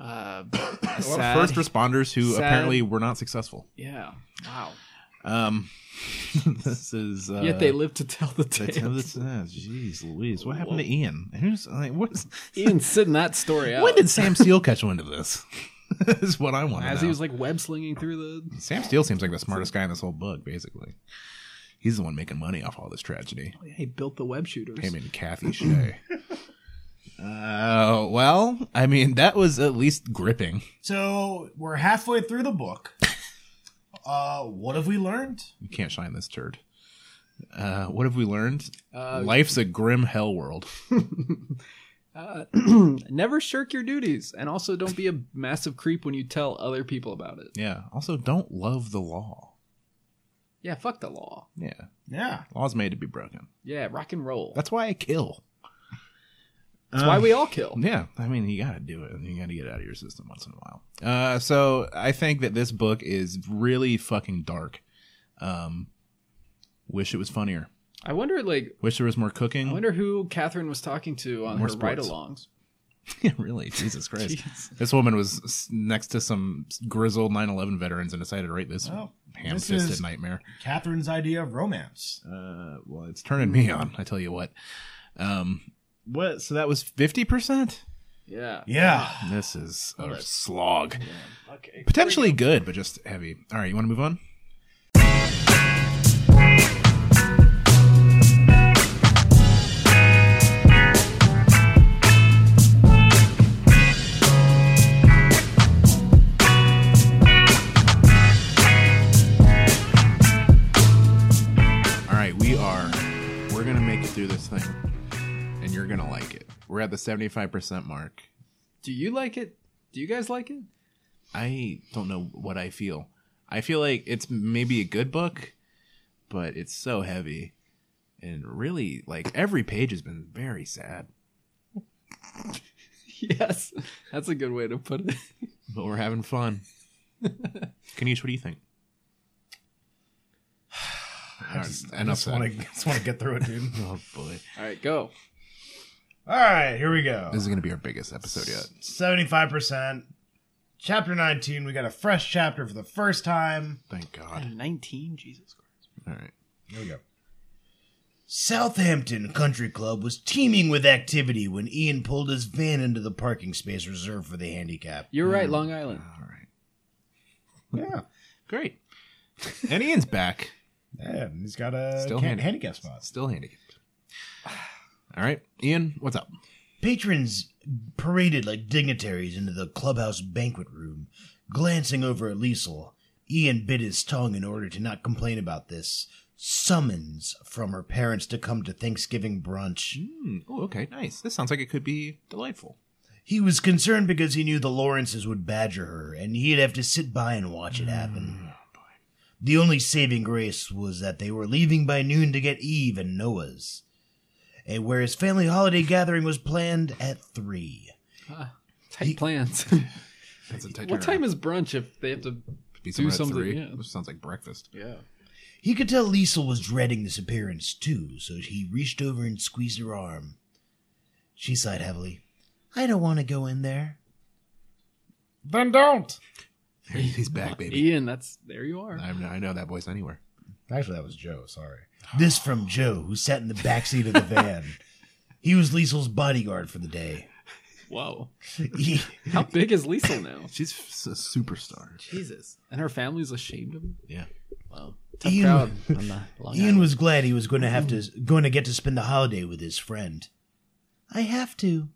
uh, a A lot sad- of first responders who sad- apparently were not successful. yeah. Wow. Um, (laughs) this is. Uh, Yet they live to tell the they tale. tell this- ah, Jeez, Louise, what happened to Ian? Who's like what's? (laughs) Ian sitting that story out When did Sam Steele catch wind of this? (laughs) is what I want to know. as he was like web slinging through the. Sam Steele seems like the smartest guy in this whole book. Basically, he's the one making money off all this tragedy. Yeah, he built the web shooters. Him and Kathy Shea. Uh, well, I mean, that was at least gripping. So, We're halfway through the book. uh, what have we learned? You can't shine this turd. Uh, what have we learned? Uh, Life's a grim hell world. Uh, (clears throat) Never shirk your duties, and also don't be a massive creep when you tell other people about it. Yeah. Also, don't love the law. Yeah, fuck the law. Yeah. Yeah. Law's made to be broken. Yeah, rock and roll. That's why I kill. That's why we all kill. Yeah, I mean, you got to do it. You got to get it out of your system once in a while. Uh, so I think that this book is really fucking dark. Um, wish it was funnier. I wonder, like, Wish there was more cooking. I wonder who Catherine was talking to on More her sports. ride-alongs. (laughs) yeah, really, Jesus Christ. (laughs) Jeez. This woman was s- next to some grizzled 9/11 veterans and decided to write this Oh, ham-fisted this is- nightmare. Catherine's idea of romance. Uh, well, it's turning me on. I tell you what. Um, what? So that was fifty percent. Yeah. Yeah. This is a slog. Okay. Potentially good, but just heavy. All right, you want to move on? We're at the seventy five percent mark. Do you like it? Do you guys like it? (laughs) I don't know what I feel. I feel like it's maybe a good book, but it's so heavy. And really, like every page has been very sad. Yes, that's a good way to put it. But we're having fun. (laughs) Kanish, what do you think? (sighs) I just, I just want to (laughs) just want to get through it, dude. (laughs) Oh boy. All right, go. (laughs) All right, here we go. This is gonna be our biggest episode yet. Seventy-five percent. Chapter nineteen. We got a fresh chapter for the first time. Thank God. Nineteen, Jesus Christ. All right. Here we go. Southampton Country Club was teeming with activity when Ian pulled his van into the parking space reserved for the handicap. You're Mm. right, Long Island. All right. Yeah, Great. And Ian's back. yeah. and He's got a Still can- handy. handicap (laughs) spot. Still handicapped. All right. Ian, what's up? Patrons paraded like dignitaries into the clubhouse banquet room, glancing over at Liesel. Ian bit his tongue in order to not complain about this summons from her parents to come to Thanksgiving brunch. Hmm. Oh, okay. Nice. This sounds like it could be delightful. He was concerned because he knew the Lawrences would badger her, and he'd have to sit by and watch it happen. The only saving grace was that they were leaving by noon to get Eve and Noah's, and where his family holiday gathering was planned at three. (laughs) Tight plans. That's a tight what time is brunch if they have to? Be do somewhere at something, three, yeah. Which sounds like breakfast. Yeah. He could tell Liesel was dreading this appearance too, so he reached over and squeezed her arm. She sighed heavily. I don't want to go in there. Then don't. He's back, baby. Ian, that's there you are. I know, I know that voice anywhere. Actually, that was Joe. Sorry. This from Joe, who sat in the back seat of the van. (laughs) he was Liesel's bodyguard for the day. (laughs) Whoa. He- How big is Liesel now? She's f- a superstar. Jesus. And her family's ashamed of him. Yeah. Wow. Tough Ian- crowd on the Oh, Long Ian Island. was glad he was going to have Mm. to going to get to spend the holiday with his friend. I have to.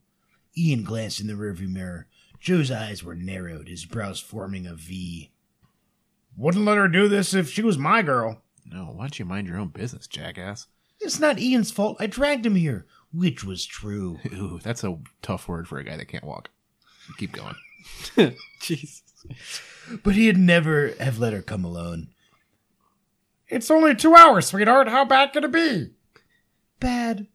Ian glanced in the rearview mirror. Joe's eyes were narrowed, his brows forming a V. Wouldn't let her do this if she was my girl. No, why don't you mind your own business, jackass? It's not Ian's fault. I dragged him here, which was true. Ooh, that's a tough word for a guy that can't walk. Keep going. Jesus. But he'd never have let her come alone. It's only two hours, sweetheart. How bad could it be? Bad.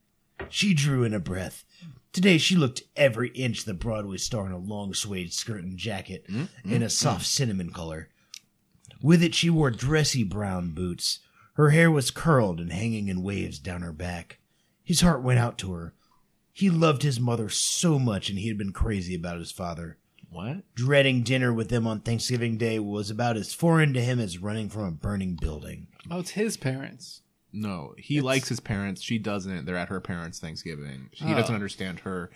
She drew in a breath. Today she looked every inch the Broadway star in a long suede skirt and jacket in a soft cinnamon color. With it, she wore dressy brown boots. Her hair was curled and hanging in waves down her back. His heart went out to her. He loved his mother so much, and he had been crazy about his father. What? Dreading dinner with them on Thanksgiving Day was about as foreign to him as running from a burning building. Oh, it's his parents. No, he likes his parents. She doesn't. They're at her parents' Thanksgiving. He doesn't understand her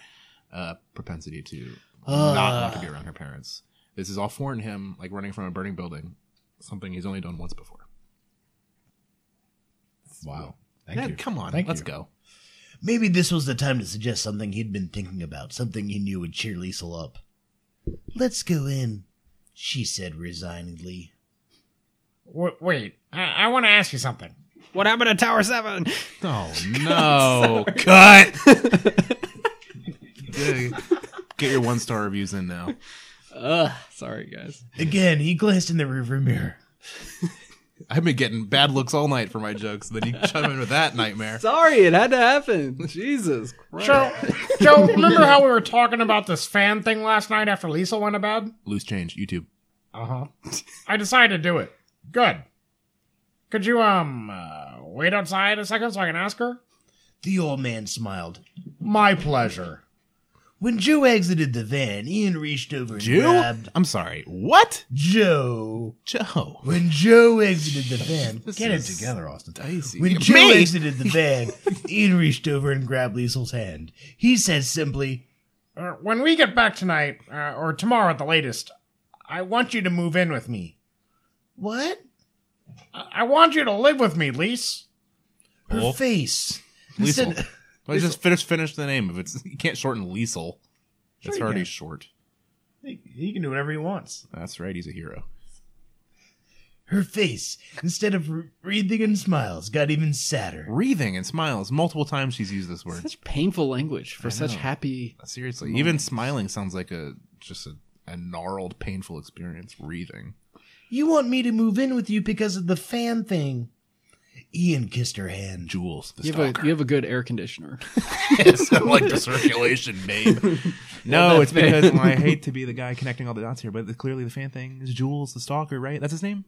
uh, propensity to not want to be around her parents. This is all foreign to him, like running from a burning building, something he's only done once before. Wow. Yeah, Come on, let's go. Maybe this was the time to suggest something he'd been thinking about, something he knew would cheer Liesel up. Let's go in, she said resignedly. W- wait, I, I want to ask you something. What happened to Tower 7? Oh no, (laughs) cut. Get your one star reviews in now. Ugh. Sorry, guys. Again, he glanced in the rearview mirror. I've been getting bad looks all night for my jokes. Then you chime in with that (laughs) nightmare. Sorry, it had to happen. Jesus Christ. Joe, (laughs) Joe, remember how we were talking about this fan thing last night after Lisa went to bed? Loose change, YouTube. Uh huh. I decided to do it. Good. Could you um uh, wait outside a second so I can ask her? The old man smiled. My pleasure. When Joe exited the van, Ian reached over and Jew? grabbed I'm sorry. What? Joe. Joe. When Joe exited the van, get it is together, Austin. Dicey. When Me? Joe exited the van, (laughs) Ian reached over and grabbed Liesel's hand. He said simply, Uh, when we get back tonight uh, or tomorrow at the latest, I want you to move in with me. What? I, I want you to live with me, Lise. Her Oh. face. Liesel. Instead- Let's just finish finish the name of it. (laughs) You can't shorten Liesel. It's already short. He can do whatever he wants. That's right. He's a hero. Her face, instead of wreathing in smiles, got even sadder. Wreathing and smiles. Multiple times she's used this word. Such painful language for such happy. (laughs) Seriously, even smiling sounds like a just a, a gnarled, painful experience. Wreathing. You want me to move in with you because of the fan thing. Ian kissed her hand. Jewels. The You have, a, stalker. you have a good air conditioner. It's not (laughs) like the (laughs) circulation, babe. No, it's because well, I hate to be the guy connecting all the dots here, but the- clearly the fan thing is Jules the stalker, right? That's his name.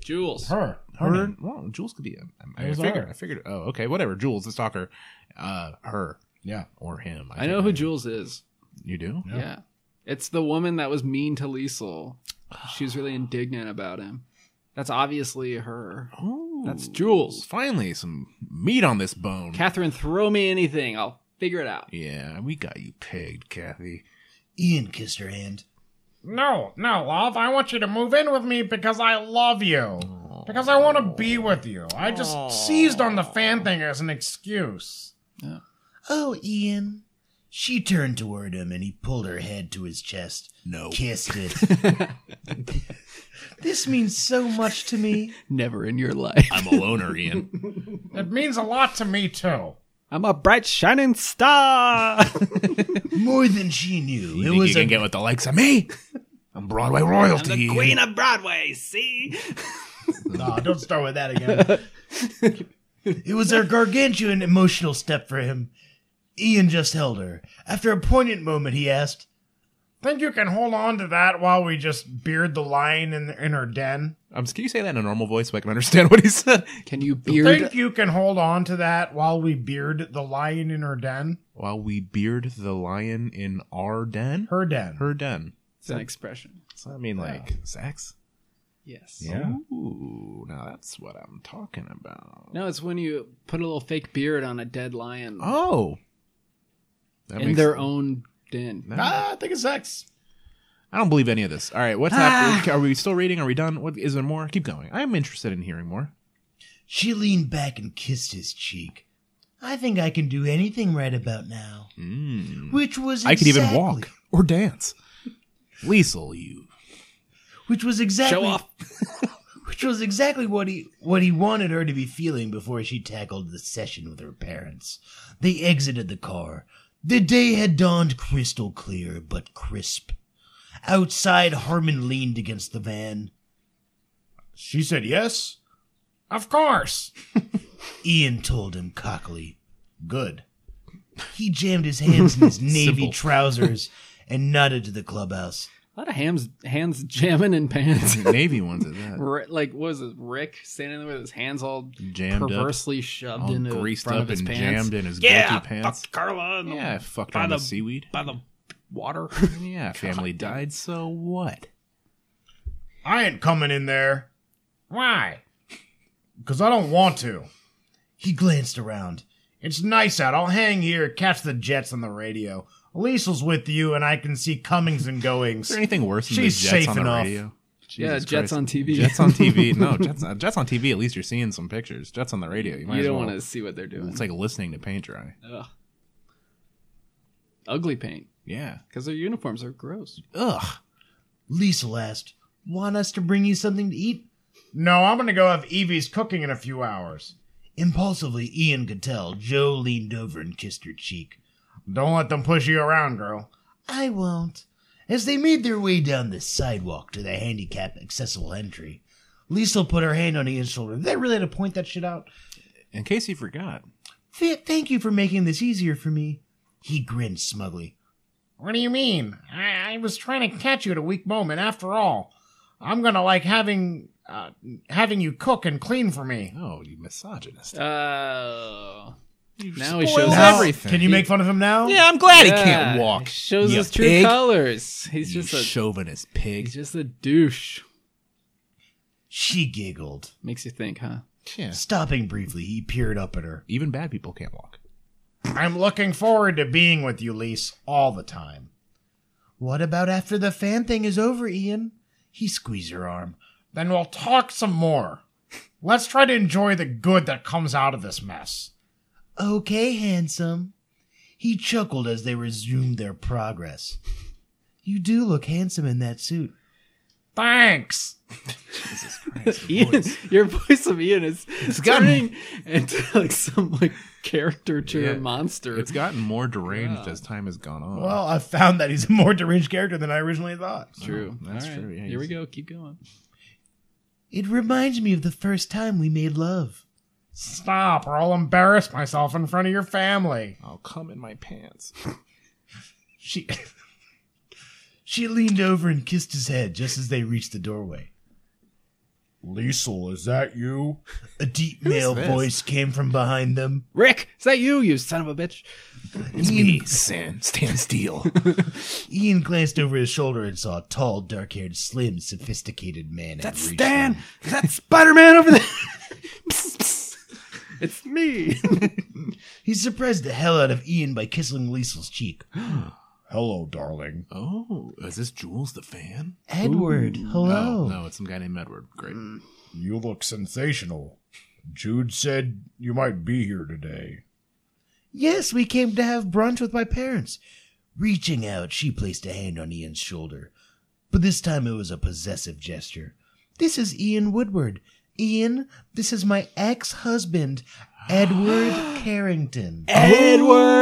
Jules. Her. Her. Well, Jules could be. A, I, I was figured. her. I figured. Oh, okay, whatever. Jules the stalker. Uh, her Yeah. or him. I know who Jules is. you do. Yeah. It's the woman that was mean to (sighs) Liesel. She was really indignant about him. That's obviously her. Oh. Ooh, That's Jules. Finally, some meat on this bone. Catherine, throw me anything. I'll figure it out. yeah, we got you pegged, Kathy. Ian kissed her hand. No, no, love. I want you to move in with me because I love you. Because I want to be with you. I just seized on the fan thing as an excuse. Oh, Ian. She turned toward him and he pulled her head to his chest. No. Kissed it. (laughs) this means so much to me. Never in your life. I'm a loner, (laughs) Ian. It means a lot to me, too. I'm a bright (laughs) shining star. More than she knew. You it think was you can a get with the likes of me? I'm Broadway royalty. Ian. of Broadway. See, Aw, don't start with that again. it was a gargantuan emotional step for him. Ian just held her. After a poignant moment, he asked, (laughs) Think you can hold on to that while we just beard the lion in, in her den? Um, can you say that in a normal voice so I can understand (laughs) what he said? can you Think beard? you can hold on to that while we beard the lion in her den? While we beard the lion in our den, Her den. her den. It's an expression. So I mean, like sex. Yes. Ooh, now that's what I'm talking about. No, it's when you put a little fake beard on a dead lion Oh, that in makes- their own den. Ah, I think it's sex. I don't believe any of this. All right, what's Ah. happening? Are we still reading? Are we done? What is there more? Keep going. I'm interested in hearing more. She leaned back and kissed his cheek. I think I can do anything right about now. Hmm. Which was Hmm. I could even exactly- walk or dance. Liesel, you. Which was exactly Show off. (laughs) which was exactly what he what he wanted her to be feeling before she tackled the session with her parents. They exited the car. The day had dawned crystal clear but crisp. Outside, Harmon leaned against the van. She said yes. Of course. Ian told him cockily, "Good." He jammed his hands (laughs) in his navy Simple. trousers and nodded to the clubhouse. A lot of hams, hands jamming in pants. (laughs) (laughs) Navy ones at that. Ri- like what was it? Rick standing there with his hands all Jammed up. perversely shoved All into the greased front up of his and pants. jammed in his guilty pants. Carla in the- Yeah, I fucked by on the, the- seaweed. by the water. (laughs) (laughs) Yeah, family died, so what? I ain't coming in there. Why? Because I don't want to. He glanced around. It's nice out. I'll hang here, catch the jets on the radio. Liesl's with you, and I can see comings and goings. (laughs) Is there anything worse than She's the Jets safe on the enough. radio? yeah, Jesus Jets Christ. on TV. Jets on (laughs) TV. No, Jets, uh, Jets on TV. At least you're seeing some pictures. Jets on the radio. You might you as don't well. want to see what they're doing. It's like listening to paint dry. Ugh. Ugly paint Yeah. because their uniforms are gross. Ugh. Liesel asked, "Want us to bring you something to eat?" No, I'm gonna go have Evie's cooking in a few hours. Impulsively, Ian could tell Joe leaned over and kissed her cheek. Don't let them push you around, girl. I won't. As they made their way down the sidewalk to the handicap accessible entry, Liesel put her hand on Ian's shoulder. Did I really had to point that shit out? In case you forgot, Th- thank you for making this easier for me. He grinned smugly. What do you mean? I, I was trying to catch you at a weak moment. After all, I'm gonna like having uh, having you cook and clean for me. oh, you misogynist. Oh. now he spoiled shows Now- everything. Can you make fun of him now? Yeah, I'm glad he Yeah, can't walk. Shows you his true pig. colors. He's You just a chauvinist pig. he's just a douche. She giggled. Makes you (laughs) think, huh? yeah. Stopping briefly, he peered up at her. Even bad people can't walk. I'm looking forward to being with you, Lise, all the time. What about after the fan thing is over, Ian? He squeezed her arm. Then we'll talk some more. Let's try to enjoy the good that comes out of this mess. Okay, handsome. He chuckled as they resumed their progress. You do look handsome in that suit. Thanks. Jesus Christ. Ian, your voice of Ian is gotten- turning into like some like caricature Yeah. monster. It's gotten more deranged as time has gone on. Well, I found that he's a more deranged character than I originally thought. true. Oh, that's All true, yeah, Here we he's- go. Keep going. It reminds me of the first time we made love. Stop, or I'll embarrass myself in front of your family. I'll come in my pants. She (laughs) She leaned over and kissed his head just as they reached the doorway. Liesel, is that you? A deep male this? voice came from behind them. Rick, is that you? You son of a bitch. Ian, Stand, stand (laughs) still. Ian glanced over his shoulder and saw a tall, dark-haired, slim, sophisticated man. had That's reached Stan. them. That's Spider Man over there. Psst, psst. (laughs) It's me. He surprised the hell out of Ian by kissing Liesl's cheek. Hello, darling. oh, is this Jules the fan? Edward, hello. Oh, no, it's some guy named Edward. Great. Mm. You look sensational. Jude said you might be here today. Yes, we came to have brunch with my parents. Reaching out, she placed a hand on Ian's shoulder, but this time it was a possessive gesture. This is Ian Woodward. Ian, this is my ex husband, (gasps) Edward (laughs) Carrington.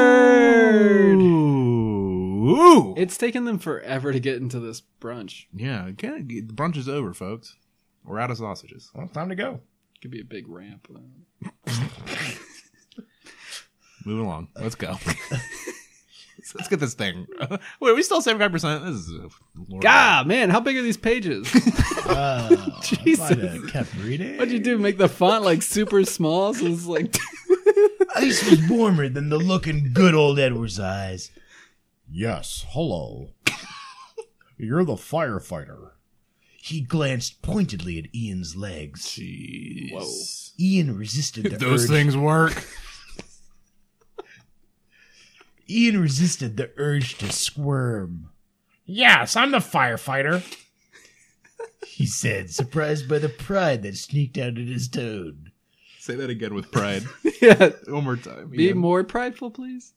Edward. Ooh. It's taken them forever to get into this brunch. Yeah, okay, the brunch is over, folks. We're out of sausages. Well, time to go. Could be a big ramp. Moving along. Let's go. (laughs) Let's- Let's get this thing. (laughs) Wait, are we still seventy five percent. This is uh, Lord. God, man, how big are (laughs) these pages? Oh, Jesus. I might have kept reading. What'd you do? Make the font like super small? So it's like Ice was warmer than the look in good old Edward's eyes. Yes, hello. You're the firefighter. He glanced pointedly at Ian's legs. Jeez. Whoa. Ian resisted the Those urge. things (laughs) work. Ian resisted the urge to squirm. Yes, I'm the firefighter. he said, surprised by the pride that sneaked out in his tone. Say that again with (laughs) pride. yeah. One more time. Be Ian. more prideful, please.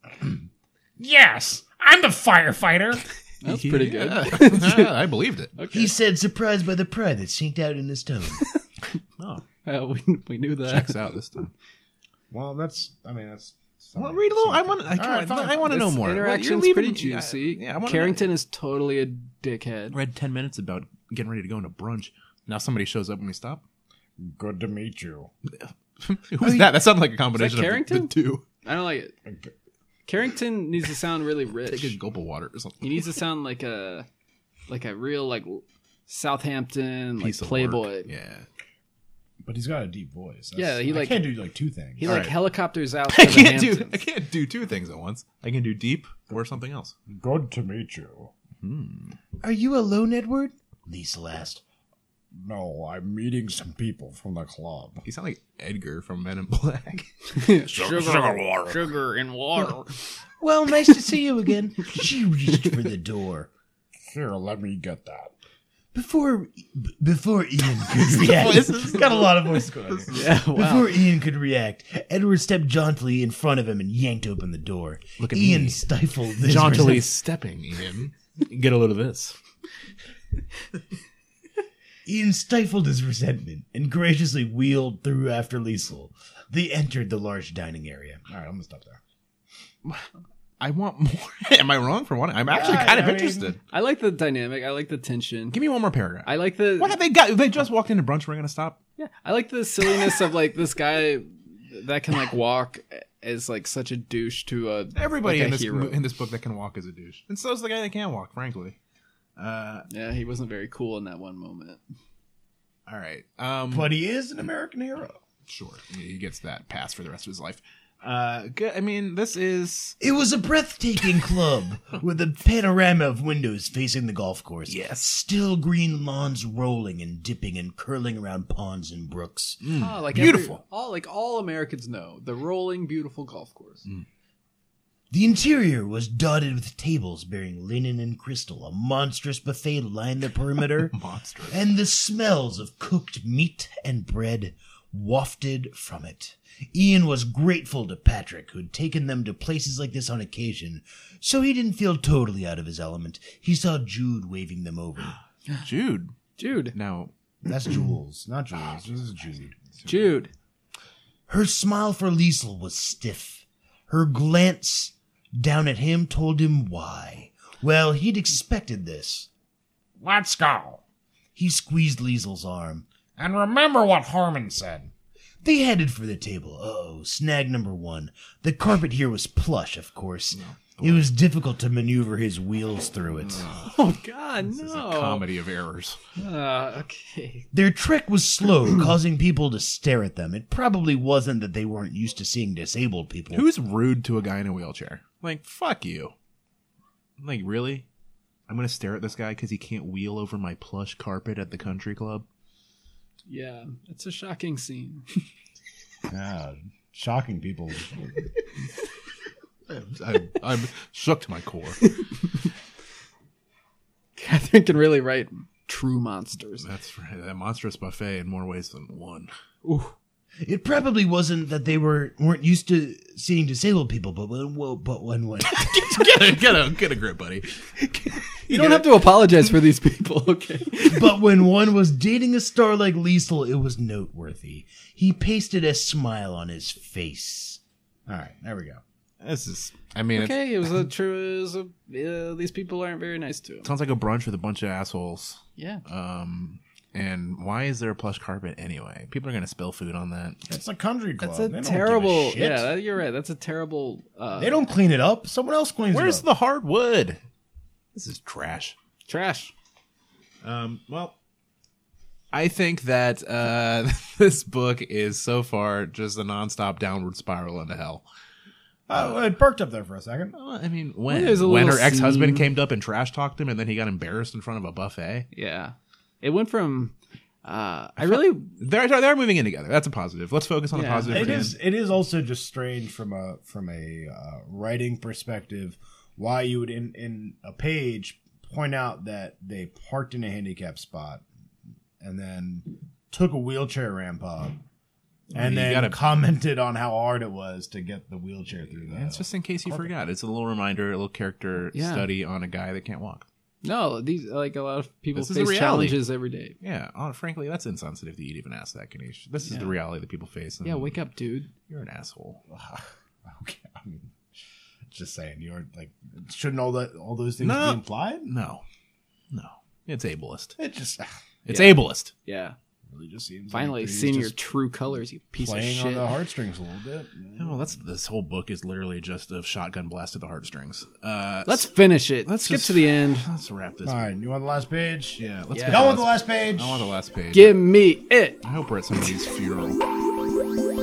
Yes, I'm the firefighter. That's pretty good. (laughs) Yeah. Yeah, I believed it. He said, surprised by the pride that sneaked out in his tone. Oh, Uh, we, we knew that. checks out this time. Well, that's. I mean, that's. Well, read a little. I want. I, All right, can't- fine. I want to know This more. Well, you're Interaction's leaving- pretty yeah, juicy. Yeah, I want Carrington is totally a dickhead. read ten minutes about getting ready to go into brunch. Now somebody shows up when we stop. (laughs) Good to meet you. Who's that? That sounded like a combination Carrington? of the- the (laughs) two. I don't like it. Carrington needs to sound really rich. Take a gulp of water or something. He needs to sound like a like a real like Southampton like Piece of playboy. work. Yeah. But he's got a deep voice. Yeah, he, I like- can't do like two things. He like helicopters (laughs) out. (laughs) I to the can't do. Hamptons. I can't do two things at once. I can do deep or something else. Good to meet you. Are you alone, Edward? Liesel asked. No, I'm meeting some people from the club. You sound like Edgar from Men in Black. sugar, water. Sugar (laughs) and water. Well, nice to see you again. (laughs) She reached for the door. Here, let me get that. Before b- before Ian could react, got a lot of voice going. on here. (laughs) yeah, (laughs) wow. Before Ian could react, Edward stepped jauntily in front of him and yanked open the door. Look at Ian me. stifled this Jauntily stepping in. Get a load of this. Ian stifled his resentment and graciously wheeled through after Liesel. They entered the large dining area. All right, I'm gonna stop there. I want more. (laughs) Am I wrong for wanting? I'm actually Yeah, kind of I mean- interested. I like the dynamic. I like the tension. Give me one more paragraph. I like the what have they got? They just walked into brunch. We're gonna stop. Yeah, I like the silliness of like this guy that can like walk as like such a douche to a Everybody like, in a this hero. in this book that can walk is a douche, and so's the guy that can walk. Frankly, Uh, yeah, he wasn't very cool in that one moment. all right. Um, But he is an American hero. sure, he gets that pass for the rest of his life. Uh, good. I mean, this is It was a breathtaking club with a panorama of windows facing the golf course. Yes. Still green lawns rolling and dipping and curling around ponds and brooks. Oh, like Hmm. Beautiful. every- all like all Americans know the rolling beautiful golf course. Hmm. The interior was dotted with tables bearing linen and crystal. A monstrous buffet lined (laughs) the perimeter. monstrous. and the smells of cooked meat and bread wafted from it. Ian was grateful to Patrick, who'd taken them to places like this on occasion, so he didn't feel totally out of his element. He saw Jude waving them over. Jude. Jude, Now, That's Jules, not Jules. This is Jude. Jude. Her smile for Liesel was stiff. Her glance down at him told him why. Well, he'd expected this. Let's go. He squeezed Liesel's arm. And remember what Harmon said. They headed for the table. Uh oh, snag number one. The carpet here was plush, of course. It was difficult to maneuver his wheels through it. Oh (laughs) God, no. Comedy of errors. Uh, okay. Their trek was (clears throat) slow, causing people to stare at them. It probably wasn't that they weren't used to seeing disabled people. Who's rude to a guy in a wheelchair? Like, fuck you. Like, really? I'm gonna stare at this guy because he can't wheel over my plush carpet at the country club. Yeah, it's a shocking scene. (laughs) Ah, shocking people. I'm, (laughs) I'm shook to my core. Catherine can really write true monsters. That's right. That monstrous buffet in more ways than one. Ooh. It probably wasn't that they were weren't used to seeing disabled people, but when whoa, but when (laughs) when Get a, get a, get a grip, buddy. You don't have to apologize for these people, (laughs) okay? but when one was dating a star like Liesel, it was noteworthy. He pasted a smile on his face. All right, there we go. This is. I mean, it's- Okay, it was a true. It was a, uh, these people aren't very nice to him. sounds like a brunch with a bunch of assholes. Yeah. Um, and why is there a plush carpet anyway? People are gonna spill food on that. It's a country club. That's a terrible. yeah, that- you're right. That's a terrible. Uh, They don't clean it up. Someone else cleans Where's it up. the hardwood? This is trash. trash. Um, well, I think that uh, (laughs) this book is so far just a nonstop downward spiral into hell. Oh, it perked up there for a second. Well, I mean, when there's a when little her ex husband scene. came up and trash talked him, and then he got embarrassed in front of a buffet. Yeah, it went from. Uh, I really They're they're moving in together. That's a positive. Let's focus on a Yeah. positive. It again. is. It is also just strange from a from a uh, writing perspective why you would in in a page point out that they parked in a handicap spot and then took a wheelchair ramp up and You then gotta- (laughs) commented on how hard it was to get the wheelchair through that. And It's just in case you forgot. It's a little reminder, a little character Yeah. study on a guy that can't walk. no. These like a lot of people This is the face reality. challenges every day. Yeah, uh, frankly, that's insensitive that you'd even ask that, Ganesh. This is the reality that people face. And Yeah, wake up, dude. You're an asshole. (laughs) okay, I mean, just saying, you're like, shouldn't all that all those things No. be implied? No, no, it's ableist. It just (sighs) It's Yeah. ableist. Yeah, really just seems finally like he's seeing your just true colors, you piece of playing on shit. the heartstrings a little bit. No, that's this whole book is literally just a shotgun blast to the heartstrings. Uh, Let's finish Let's it. Let's skip just- to the end. let's wrap this. All right, you want the last page? Yeah, let's. Yeah. get Y'all want the last page? I want the last page. Give me it. I hope we're at somebody's funeral.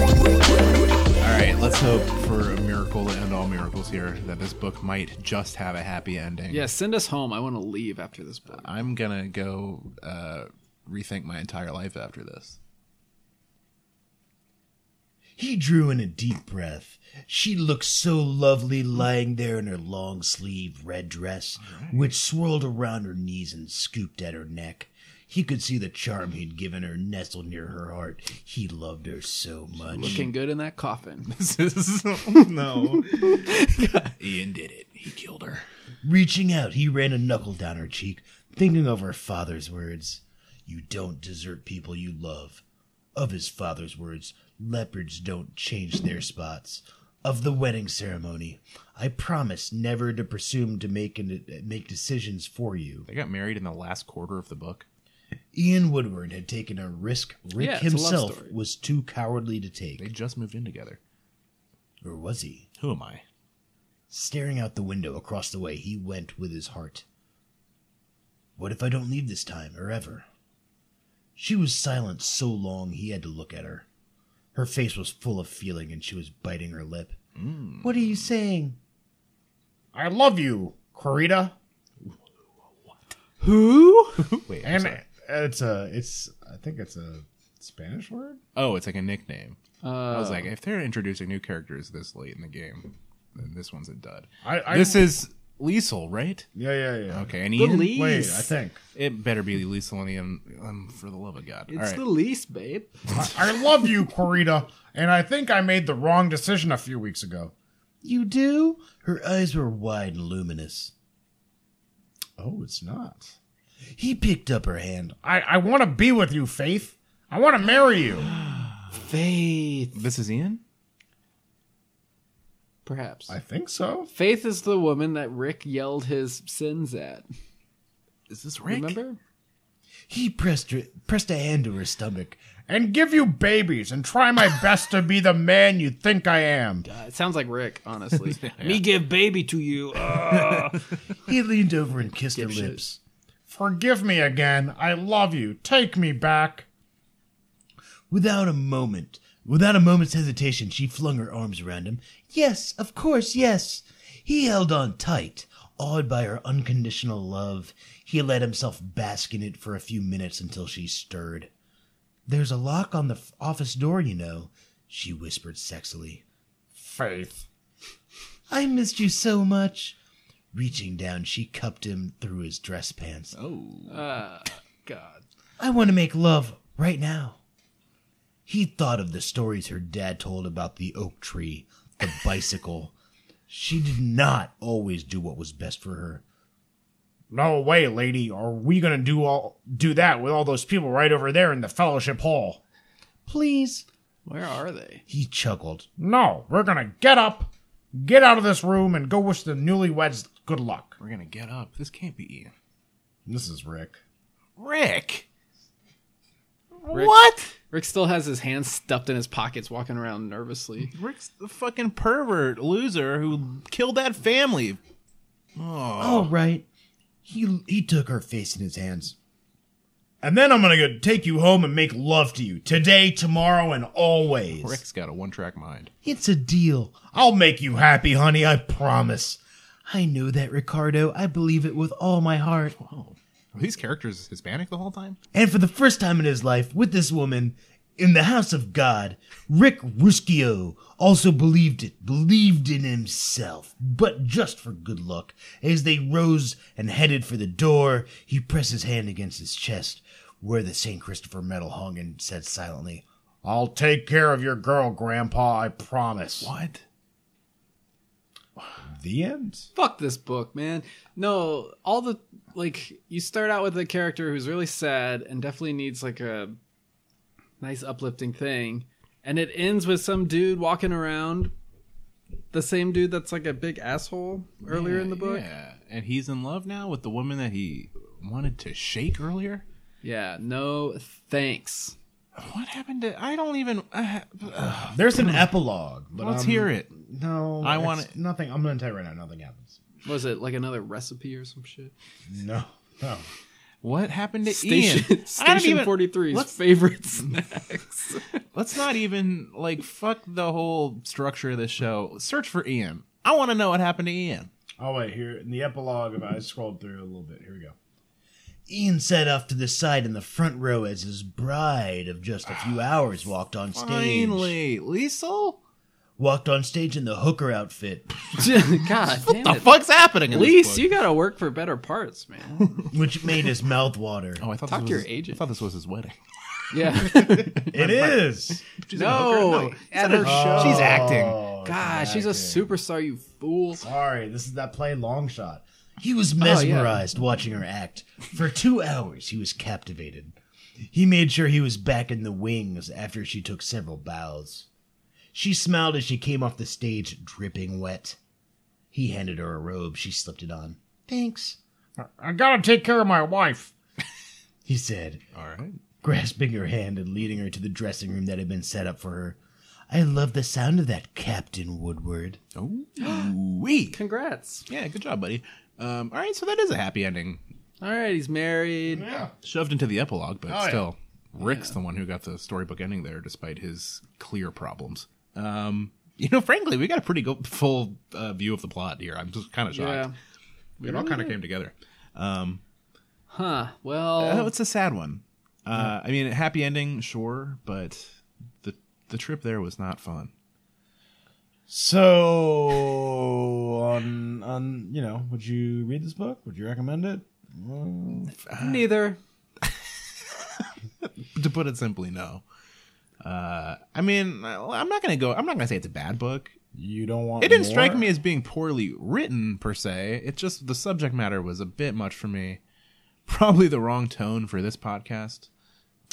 All right, let's hope for a miracle to end all miracles here. That this book might just have a happy ending. Yeah, send us home. I want to leave after this book. I'm gonna go uh, rethink my entire life after this. He drew in a deep breath. She looked so lovely lying there in her long sleeved red dress, which swirled around her knees and scooped at her neck. He could see the charm he'd given her nestled near her heart. He loved her so much. Looking good in that coffin. This is no. Ian did it. He killed her. Reaching out, he ran a knuckle down her cheek, thinking of her father's words. You don't desert people you love. Of his father's words, leopards don't change their spots. Of the wedding ceremony, I promise never to presume to make an, make decisions for you. They got married in the last quarter of the book. Ian Woodward had taken a risk Rick Yeah, it's a love himself story. was too cowardly to They take. just moved in together. Or was he? Who am I? Staring out the window across the way, he went with his heart. What if I don't leave this time, or ever? She was silent so long he had to look at her. Her face was full of feeling, and she was biting her lip. What are you saying? I love you, Corita. Who? Uh, Wait, I'm And sorry. it's a, uh, it's, I think it's a Spanish word. oh, it's like a nickname. Uh, I was like, if they're introducing new characters this late in the game, then this one's a dud. I, I this is Liesel, right? yeah, yeah, yeah. Okay, and the Ian. lease. Wait, I think it better be Liesel and Ian. Um, for the love of God! It's All right, the lease, babe. I, I love you, Corita. and I think I made the wrong decision a few weeks ago. You do? Her eyes were wide and luminous. Oh, it's not. He picked up her hand. I, I want to be with you, Faith. I want to marry you. Faith. This is Ian? Perhaps. I think so. Faith is the woman that Rick yelled his sins at. Is this Rick? Remember? He pressed her, pressed a hand to her stomach. And give you babies and try my best to be the man you think I am. Uh, it sounds like Rick, (laughs) honestly. Me give baby to you. Uh, He leaned over and kissed her Dipshit. lips. Forgive me again. I love you. Take me back. Without a moment, without a moment's hesitation, she flung her arms around him. Yes, of course, yes. He held on tight, awed by her unconditional love. He let himself bask in it for a few minutes until she stirred. There's a lock on the f- office door, you know, she whispered sexily. Faith. I missed you so much. Reaching down, she cupped him through his dress pants. Uh, God. I want to make love right now. He thought of the stories her dad told about the oak tree, (laughs) the bicycle. She did not always do what was best for her. No way, lady. Are we gonna do all do that with all those people right over there in the fellowship hall? Please. Where are they? He chuckled. No, we're gonna get up, get out of this room, and go wish the newlyweds good luck. We're gonna get up. This can't be Ian. This is Rick. Rick? Rick- What? Rick still has his hands stuffed in his pockets, walking around nervously. Rick's the fucking pervert loser who killed that family. All right. He he took her face in his hands. And then I'm gonna go take you home and make love to you today, tomorrow, and always. Rick's got a one track mind. It's a deal. I'll make you happy, honey. I promise. I know that, Ricardo. I believe it with all my heart. Are these characters Hispanic the whole time? And for the first time in his life, with this woman in the house of God, Rick Ruschio also believed it, believed in himself, but just for good luck. As they rose and headed for the door, he pressed his hand against his chest, where the St. Christopher medal hung, and said silently, I'll take care of your girl, Grandpa. I promise. What? The end. Fuck this book, man. No, all the like you start out with a character who's really sad and definitely needs like a nice uplifting thing, and it ends with some dude walking around the same dude that's like a big asshole earlier in the book. Yeah. Yeah. And he's in love now with the woman that he wanted to shake earlier? no thanks. What happened to. I don't even. Uh, There's an epilogue, but let's um, hear it. No, I it's wanna- nothing. I'm gonna tell you right now. Nothing happens. Was it like another recipe or some shit? No, no. What happened to (laughs) Station, Ian? I don't Station even- Forty Three's let's- (laughs) favorite snacks. Let's not even like fuck the whole structure of this show. Search for Ian. I want to know what happened to Ian. Oh wait, here in the epilogue. If I scrolled through a little bit, here we go. Ian sat off to the side in the front row as his bride of just a few hours walked on stage. Ah, Finally, Liesel. Walked on stage in the hooker outfit, (laughs) God, damn The it. fuck's happening in Elise, this book? you gotta work for better parts, man. which made his mouth water. Oh, I thought Talk this to was your agent. I thought this was his wedding. (laughs) (laughs) Yeah. It is. no, at her show. She's acting. Oh, God, she's a superstar, you fool. sorry. This is that play long shot. He was mesmerized watching her act. For two hours, he was captivated. He made sure he was back in the wings after she took several bows. She smiled as she came off the stage, dripping wet. He handed her a robe. She slipped it on. Thanks, I gotta take care of my wife. he said, All (gasps) right. grasping her hand and leading her to the dressing room that had been set up for her. I love the sound of that, Captain Woodward. Oh, wee. Congrats. (gasps) Yeah, good job, buddy. Um, all right, so that is a happy ending, All right, he's married. Yeah. shoved into the epilogue, but Oh, yeah. still, Rick's the one who got the storybook ending there, despite his clear problems. Um, you know, frankly, we got a pretty go- full uh, view of the plot here. I'm just kind of shocked. Yeah. It all kind of came together. Huh. Well, Oh, it's a sad one. Uh, I mean, a happy ending, sure, but the the trip there was not fun. So on on you know, would you read this book? Would you recommend it? (sighs) neither. To put it simply, no. Uh, I mean, I'm not gonna go. I'm not gonna say it's a bad book. You don't want. It didn't more? strike me as being poorly written per se. It just the subject matter was a bit much for me. (laughs) Probably the wrong tone for this podcast,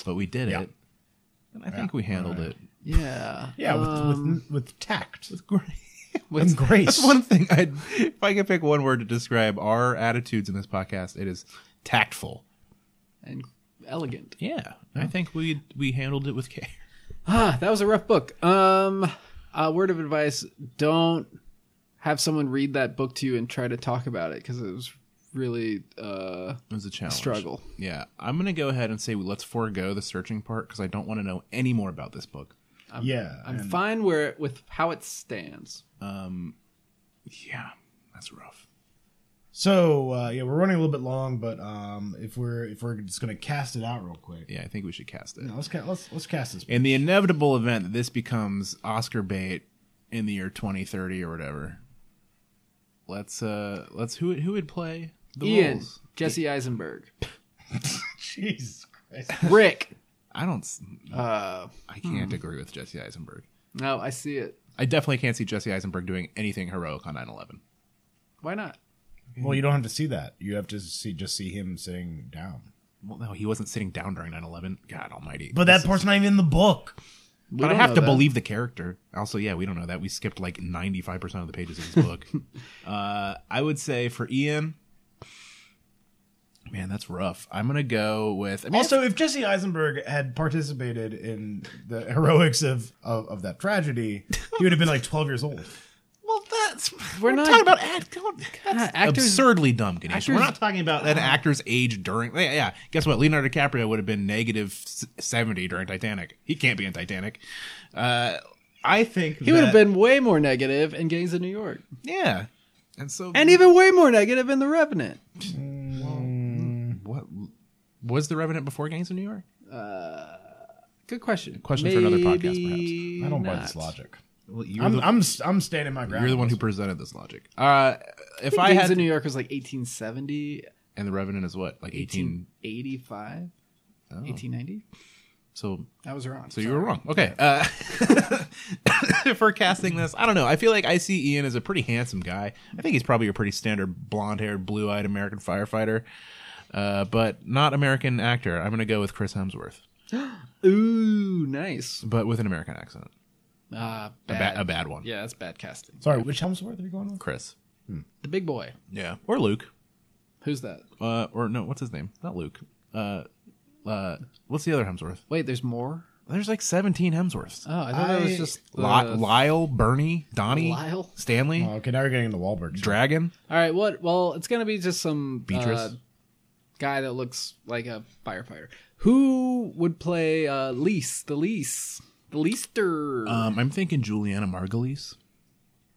but we did it, and I think we handled it (laughs) Yeah. Yeah, with, with with tact. with grace. (laughs) With And grace. That's one thing. I, if I could pick one word to describe our attitudes in this podcast, it is tactful. And elegant. Yeah, I think we we handled it with care. (laughs) Ah, that was a rough book. Um, a word of advice: don't have someone read that book to you and try to talk about it because it was really uh It was a challenge. struggle. Yeah, I'm gonna go ahead and say let's forego the searching part because I don't want to know any more about this book. yeah, I'm fine where it, with how it stands. Um, Yeah, that's rough. So uh, yeah, we're running a little bit long, but um, if we're if we're just gonna cast it out real quick, Yeah, I think we should cast it. Now, let's ca- let's let's cast this. (laughs) In the inevitable event that this becomes Oscar bait in the year 2030 or whatever, let's uh let's who would- who would play the Ian, roles? Jesse Eisenberg, Jesus Christ! Rick. I don't. s- Uh, I can't agree with Jesse Eisenberg. no, I see it. I definitely can't see Jesse Eisenberg doing anything heroic on 9/11. Why not? Well, you don't have to see that. You have to see just see him sitting down. Well, no, he wasn't sitting down during 9/11. God Almighty. But that part's not even in the book. We But I don't have know to that. believe the character. Also, yeah, we don't know that. We skipped like 95% of the pages of this (laughs) book. uh, I would say for Ian, man, that's rough. I'm going to go with. I mean, Also, it's- if Jesse Eisenberg had participated in (laughs) the heroics of of, of that tragedy, he would have been like twelve years old. well, that's. We're, We're not- talking about act, God, that's actors- absurdly dumb, Ganesh. we're actors- not talking about an actor's age during. Yeah, yeah. Guess what? Leonardo DiCaprio would have been negative s- 70 during Titanic. He can't be in Titanic. Uh, I think He would have been way more negative in Gangs of New York, Yeah. And so. and even way more negative in The Revenant. what was the Revenant before Gangs of New York? Good question. Question for another podcast, Maybe I don't buy not. this logic. Well, you're, I'm the, I'm I'm standing my ground. you're the one who presented this logic. Uh, if I, Gangs had of New York was like 1870, and the Revenant is what like eighteen. 1885, 1890. So I was wrong. so you were wrong. Okay. Uh, (laughs) for casting this, I don't know. I feel like I see Ian as a pretty handsome guy. I think he's probably a pretty standard blonde-haired, blue-eyed American firefighter, uh, but not American actor. I'm gonna go with Chris Hemsworth, Ooh, nice. but with an American accent, Uh, a, bad. ba- a bad one. Yeah, that's bad casting. Sorry, which Helmsworth are you going with? Chris. The big boy. Yeah. Or Luke. Who's that? Uh, or no, what's his name? Not Luke. Uh, uh, what's the other Hemsworth? Wait, there's more. There's like 17 Hemsworths. Oh, I thought that was just the- Li- Lyle, Bernie, Donnie, Lyle? Stanley, Oh, okay, now you're getting into Wahlberg. Dragon. All right, what? Well, it's gonna be just some Beatrice? uh, guy that looks like a firefighter. Who would play uh, Lease? The Lease, the Leaster. Um, I'm thinking Juliana Margulies.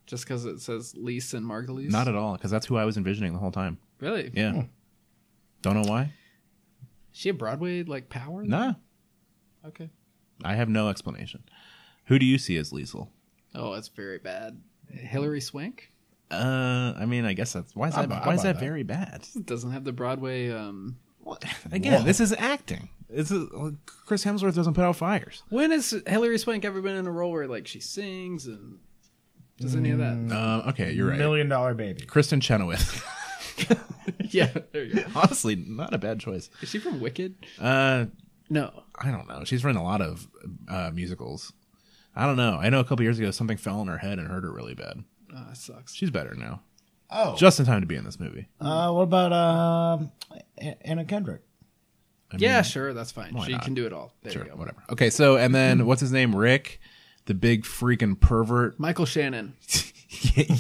just because it says Lease and Margulies. Not at all, because that's who I was envisioning the whole time. really. Yeah. Hmm. Don't know why. She had Broadway like power. Nah, Okay. I have no explanation. Who do you see as Liesel? Oh, that's very bad. Hillary Swank Uh, I mean, I guess that's why is that bu- I why is buy that, that. very bad? doesn't have the Broadway. Um, Again, this is acting. It's a, Chris Hemsworth doesn't put out fires. When has Hillary Swank ever been in a role where like she sings and does any of that? Um, okay, you're right. Million Dollar Baby. Kristen Chenoweth. (laughs) (laughs) Yeah, there you go. Honestly, not a bad choice. Is she from Wicked? Uh, No. I don't know. She's run a lot of uh, musicals. I don't know. I know a couple years ago something fell on her head and hurt her really bad. Oh, that sucks. She's better now. Oh. Just in time to be in this movie. Uh, what about um, A- Anna Kendrick? yeah, sure, that's fine. She not? can do it all. There Sure, you go. whatever. Okay, so and then what's his name? Rick, the big freaking (laughs) pervert. Michael Shannon.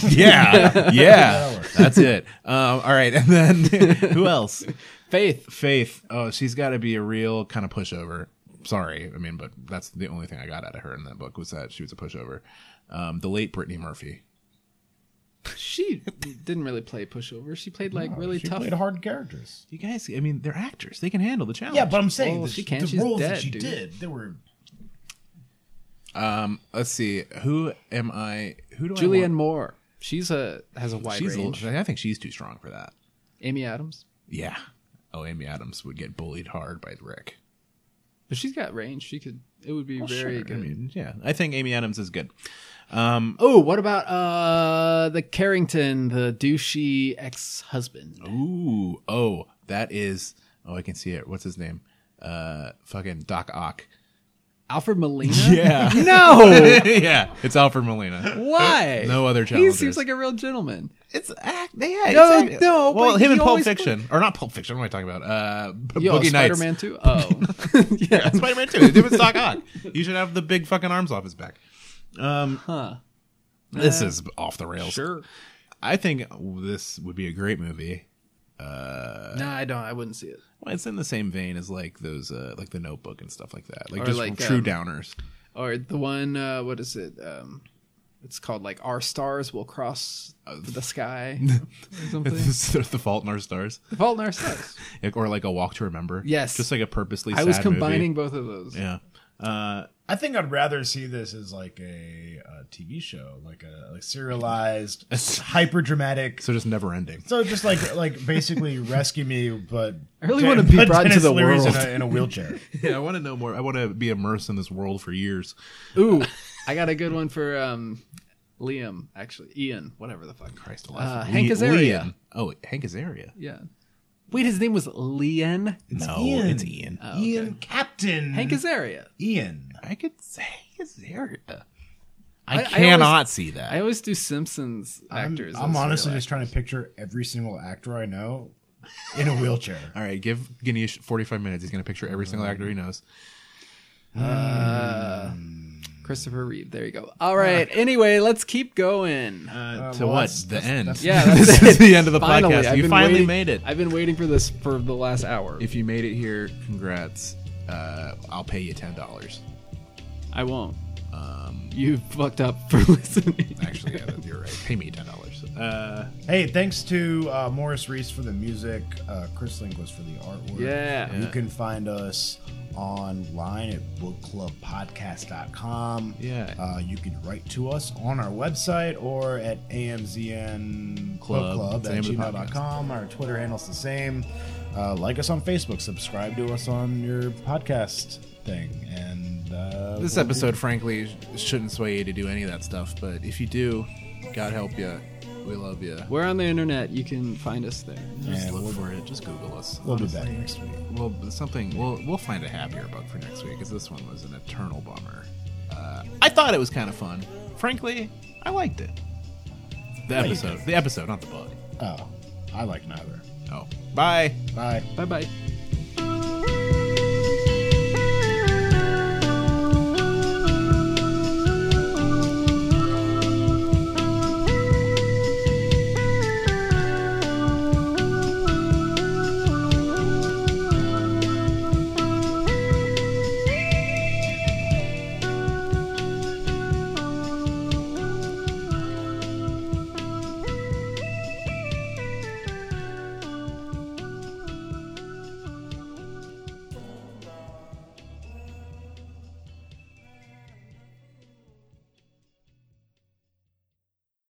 yeah, yeah, that's it. Um, all right, and then who else? Faith. Faith. Oh, she's got to be a real kind of pushover. Sorry, I mean, but that's the only thing I got out of her in that book was that she was a pushover. Um, the late Brittany Murphy. She didn't really play pushover. She played like really she tough. played hard characters. You guys, I mean, they're actors. They can handle the challenge. Yeah, but I'm saying Well, the, she can't. the She's roles dead, that she dude. did, they were Um, let's see. Who am I? Who do Julianne I? Moore. She's a has a wide Julianne. She's. a range. little- I think she's too strong for that. Amy Adams. Yeah. Oh, Amy Adams would get bullied hard by Rick. But she's got range. She could It would be very Sure, good. I mean, yeah, I think Amy Adams is good. oh, what about uh the Carrington, the douchey ex-husband? Ooh, oh, that is. Oh, I can see it. What's his name? Uh, fucking Doc Ock. Alfred Molina? (laughs) Yeah, No. yeah, it's Alfred Molina. Why? Uh, No other He challengers. seems like a real gentleman. It's act. Yeah, No, it's act- no, Well, him but he and Pulp always- Fiction, or not Pulp Fiction. What am I talking about? Uh, B- Yo, Boogie Nights. Spider-Man too. (laughs) Oh, yeah. Spider Man Two. The difference Doc Ock. You should have the big fucking arms off his back. Um, This is off the rails. Sure. I think this would be a great movie. No, I don't. I wouldn't see it. Well, it's in the same vein as like those, uh, like the Notebook and stuff like that. Like Or just like, true um, downers. (laughs) Or the one. Uh, what is it? Um, it's called like Our Stars Will Cross the (laughs) Sky. or something. the Fault in Our Stars, the Fault in Our Stars. Like- or like a Walk to Remember. Yes. just like a purposely. I was sad movie. combining both of those. Yeah. Uh, I think I'd rather see this as like a, uh TV show, like a like serialized, (laughs) hyper dramatic. so just never ending. So just like like (laughs) basically rescue me, but I really wanna be but brought into Dennis the Leary's world. in a, in a (laughs) wheelchair. (laughs) Yeah, I want to know more. I want to be immersed in this world for years. (laughs) Ooh, I got a good one for um, Liam. Actually, Ian. Whatever the fuck. Christ alive. Uh, Le- Hank Azaria. Leon. Oh, Hank Azaria. Yeah. Wait, his name was Leon. no, Ian. it's Ian. Ian Captain Hank Azaria. Ian. I could say Hank Azaria. I, I cannot always- see that. I always do Simpsons actors. I'm as honestly real just trying to picture every single actor I know in a wheelchair. All right, give Ganesh 45 minutes. He's going to picture every single actor he knows. Christopher Reeve. There you go. All right. Uh, Anyway, let's keep going. Uh, to well, what? that's- The end. (laughs) yeah, Uh, that's this it. is the end of the Finally, podcast. I've you been finally waiting- made it. I've been waiting for this for the last hour. If you made it here, congrats. Uh, I'll pay you ten dollars. I won't. you fucked up for (laughs) listening. Um, Actually, yeah, that- you're right. Pay me ten dollars. (laughs) Uh, Hey, thanks to uh, Morris Reese for the music, uh, Chris Linguist for the artwork. Yeah. You can find us online at bookclubpodcast.com. Yeah. Uh, you can write to us on our website or at amzn Club, club it's the at name of the gmail.com. Our Twitter handle's the same. Uh, like us on Facebook. Subscribe to us on your podcast thing. And uh, this we'll- episode, frankly, sh- shouldn't sway you to do any of that stuff. But if you do, God help you. We love you. We're on the internet. You can find us there. Just Yeah, look we'll- for it. Just Google us. We'll be back next week. Well, something. We'll we'll find a happier bug for next week because this one was an eternal bummer. Uh, I thought it was kind of fun. Frankly, I liked it. The episode. The episode, not the bug. Oh, I like neither. Oh, bye. Bye. Bye bye.